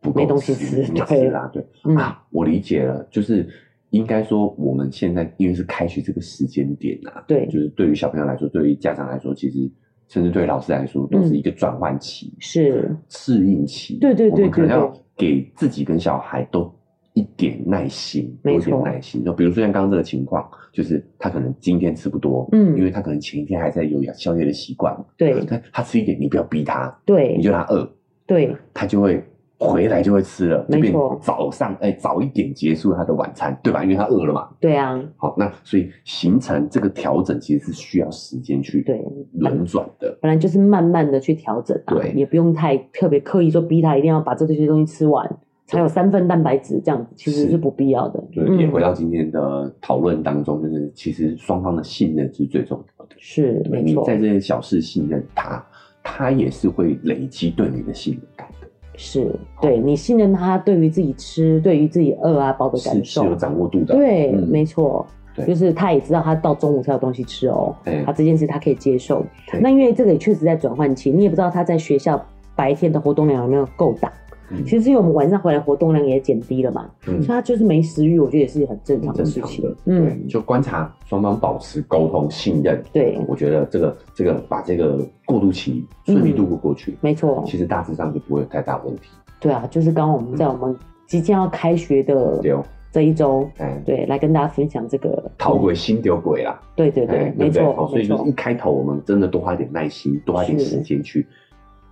Speaker 2: 不够
Speaker 1: 没东西吃
Speaker 2: 没
Speaker 1: 对
Speaker 2: 吃啦，对
Speaker 1: 嗯，
Speaker 2: 啊，我理解了，就是应该说我们现在因为是开学这个时间点啊，
Speaker 1: 对，
Speaker 2: 就是对于小朋友来说，对于家长来说，其实甚至对于老师来说，都是一个转换期、
Speaker 1: 嗯是
Speaker 2: 适应期。
Speaker 1: 对对对
Speaker 2: 我们可能
Speaker 1: 对对
Speaker 2: 要给自己跟小孩都一点耐心，
Speaker 1: 没
Speaker 2: 有一点
Speaker 1: 错
Speaker 2: 耐心。就比如说像刚刚这个情况，就是他可能今天吃不多，
Speaker 1: 嗯
Speaker 2: 因为他可能前一天还在有宵夜的习惯，
Speaker 1: 对
Speaker 2: 但他吃一点，你不要逼他，
Speaker 1: 对
Speaker 2: 你就让他饿，
Speaker 1: 对，
Speaker 2: 他就会。回来就会吃了，就
Speaker 1: 没
Speaker 2: 变
Speaker 1: 错
Speaker 2: 早上哎、早一点结束他的晚餐，对吧？因为他饿了嘛。
Speaker 1: 对啊，
Speaker 2: 好，那所以形成这个调整其实是需要时间去
Speaker 1: 对
Speaker 2: 轮转的。
Speaker 1: 本来就是慢慢的去调整啊，
Speaker 2: 对
Speaker 1: 也不用太特别刻意说逼他一定要把这些东西吃完，才有三份蛋白质这样子，其实
Speaker 2: 是
Speaker 1: 是不必要的。
Speaker 2: 对，
Speaker 1: 嗯
Speaker 2: 也回到今天的讨论当中，就是其实双方的信任是最重要的。
Speaker 1: 是
Speaker 2: 对
Speaker 1: 没
Speaker 2: 你
Speaker 1: 错，
Speaker 2: 在这些小事信任他，他也是会累积对你的信任感的，
Speaker 1: 是对你信任他对于自己吃、对于自己饿啊饱的
Speaker 2: 是
Speaker 1: 感
Speaker 2: 哦是
Speaker 1: 受
Speaker 2: 有，掌握度的。
Speaker 1: 对，
Speaker 2: 嗯
Speaker 1: 没错。
Speaker 2: 对
Speaker 1: 就是他也知道他到中午才有东西吃哦，
Speaker 2: 对
Speaker 1: 他这件事他可以接受。
Speaker 2: 对
Speaker 1: 那因为这个也确实在转换期，你也不知道他在学校白天的活动量有没有够大。
Speaker 2: 嗯
Speaker 1: 其实因为我们晚上回来活动量也减低了嘛，
Speaker 2: 嗯
Speaker 1: 所以他就是没食欲，我觉得也是很正常的
Speaker 2: 正
Speaker 1: 事
Speaker 2: 常
Speaker 1: 情
Speaker 2: 的。，对，
Speaker 1: 嗯，
Speaker 2: 就观察双方保持沟通信任。
Speaker 1: 对，
Speaker 2: 我觉得这个这个把这个过渡期顺利度过过去，
Speaker 1: 没错，
Speaker 2: 其实大致上就不会有太大问题。
Speaker 1: 对啊，就是刚刚我们在我们即将要开学的
Speaker 2: 对哦，
Speaker 1: 这一周，
Speaker 2: 哎，
Speaker 1: 对，来跟大家分享这个
Speaker 2: 逃，鬼心丢鬼啦。
Speaker 1: 对对
Speaker 2: 哎
Speaker 1: 对，
Speaker 2: 对
Speaker 1: 没
Speaker 2: 不对？好
Speaker 1: 错，
Speaker 2: 所
Speaker 1: 没
Speaker 2: 以就是
Speaker 1: 错
Speaker 2: 一，开头我们真的多花一点耐心，多花一点时间去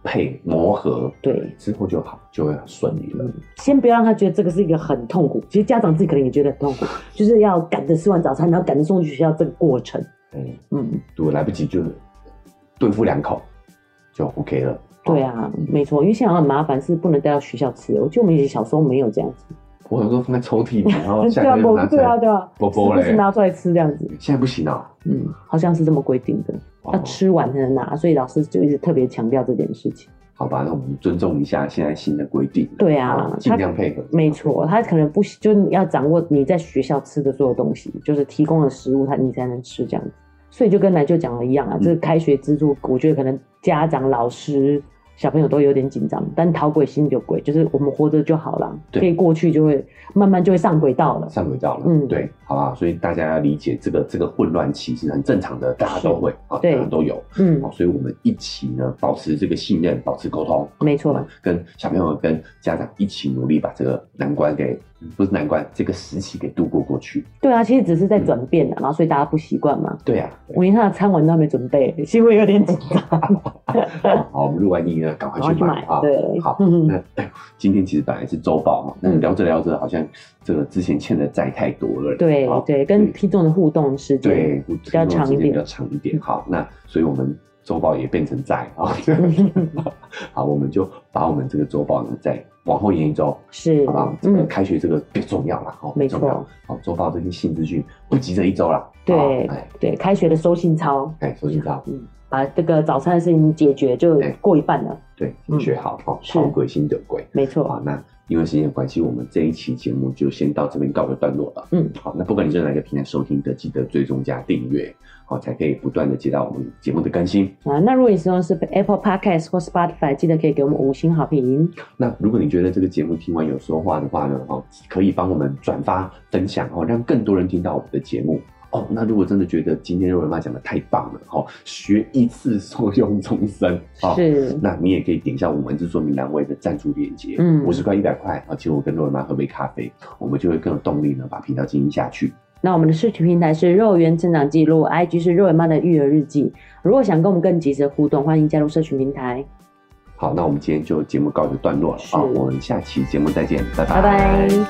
Speaker 2: 配磨合，
Speaker 1: 对，嗯
Speaker 2: 之后就好，就会很顺利了。
Speaker 1: 先不要让他觉得这个是一个很痛苦，其实家长自己可能也觉得很痛苦，就是要赶着吃完早餐，然后赶着送去学校这个过程，
Speaker 2: 嗯，
Speaker 1: 嗯，
Speaker 2: 如果来不及就对付两口就 OK 了。
Speaker 1: 对啊，没错，因为现在很麻烦，是不能带到学校吃的。我记得我们以前小时候没有这样子，
Speaker 2: 哦我有时候放在抽屉里，然后
Speaker 1: 对
Speaker 2: 下
Speaker 1: 啊，
Speaker 2: 个月
Speaker 1: 不
Speaker 2: 拿出
Speaker 1: 对啊，
Speaker 2: 来，
Speaker 1: 对啊，
Speaker 2: 薄
Speaker 1: 时
Speaker 2: 薄
Speaker 1: 不时
Speaker 2: 嘞
Speaker 1: 拿出来吃这样子，
Speaker 2: 现在不行啊。
Speaker 1: 嗯，好像是这么规定的。
Speaker 2: 哦
Speaker 1: 要吃完才能拿，所以老师就一直特别强调这件事情。
Speaker 2: 好吧，那我们尊重一下现在新的规定。
Speaker 1: 对啊
Speaker 2: 哦好尽量配合。
Speaker 1: 没错，他可能不喜就是要掌握你在学校吃的所有东西，就是提供的食物，他你才能吃这样子。所以就跟奶舅讲的一样啊，
Speaker 2: 嗯
Speaker 1: 这个开学之助，我觉得可能家长、老师、小朋友都有点紧张，但逃鬼心有鬼，就是我们活着就好了，
Speaker 2: 对
Speaker 1: 可以过去就会慢慢就会上轨道了。
Speaker 2: 上轨道了，
Speaker 1: 嗯
Speaker 2: 对，好吧，所以大家要理解这个这个混乱期是很正常的，大家都会啊，大
Speaker 1: 对
Speaker 2: 家都有。
Speaker 1: 嗯
Speaker 2: 好，，所以我们一起呢，保持这个信任，保持沟通，
Speaker 1: 没错
Speaker 2: 我们跟小朋友、跟家长一起努力，把这个难关给不是难关，这个时期给度过过去。
Speaker 1: 对啊，其实只是在转变啊，然后所以大家不习惯嘛。
Speaker 2: 对啊，
Speaker 1: 我连他的餐碗都还没准备，是不是有点紧张？
Speaker 2: 好，我们录完音呢，嗯赶快
Speaker 1: 然后
Speaker 2: 去
Speaker 1: 去
Speaker 2: 买
Speaker 1: 买
Speaker 2: 啊。，
Speaker 1: 对，
Speaker 2: 好
Speaker 1: 嗯
Speaker 2: 那 哎呦今天其实本来是周报哈，那
Speaker 1: 嗯
Speaker 2: 聊着聊着好像这个之前欠的债太多了，
Speaker 1: 对
Speaker 2: 好嗯
Speaker 1: 对，跟听众的互动时间
Speaker 2: 对
Speaker 1: 比较长一
Speaker 2: 比较
Speaker 1: 点。
Speaker 2: 长一点。好，那所以我们周报也变成债 啊， 好，我们就把我们这个周报呢再往后延一周，
Speaker 1: 是
Speaker 2: 好不好？，这个
Speaker 1: 嗯，
Speaker 2: 开学这个最重要了，好，
Speaker 1: 没
Speaker 2: 最重要
Speaker 1: 错。
Speaker 2: 好，周报这些新资讯不急着一周了，
Speaker 1: 对
Speaker 2: 好哎
Speaker 1: 对，开学的收信操，
Speaker 2: 哎，收集到，
Speaker 1: 嗯，把这个早餐的事情解决就
Speaker 2: 哎
Speaker 1: 过一半了，
Speaker 2: 对，
Speaker 1: 嗯
Speaker 2: 学好哦，
Speaker 1: 是
Speaker 2: 好鬼心得鬼。
Speaker 1: 没
Speaker 2: 好
Speaker 1: 错，，
Speaker 2: 那因为时间的关系，我们这一期节目就先到这边告个段落了。
Speaker 1: 嗯，
Speaker 2: 好，那不管你是哪个平台收听的，记得追踪加订阅，好，才可以不断的接到我们节目的更新。
Speaker 1: 啊，那如果你使用的是 Apple Podcast 或 Spotify，记得可以给我们五星好评，
Speaker 2: 那如果你觉得这个节目听完有收获的话呢，哦，可以帮我们转发分享哦，让更多人听到我们的节目。哦，那如果真的觉得今天肉圆妈讲的太棒了，哦，学一次 受用终身，哦，
Speaker 1: 是，
Speaker 2: 那你也可以点一下我们文字说明栏位的赞助链接，
Speaker 1: 嗯
Speaker 2: 五十块一百块，啊，请我跟肉圆妈喝杯咖啡，我们就会更有动力呢，把频道经营下去。
Speaker 1: 那我们的社群平台是肉圆成长记录，IG 是肉圆妈的育儿日记，如果想跟我们更及时互动，欢迎加入社群平台，
Speaker 2: 好，那我们今天就节目告一个段落了
Speaker 1: 是
Speaker 2: 啊、我们下期节目再见，
Speaker 1: 拜拜。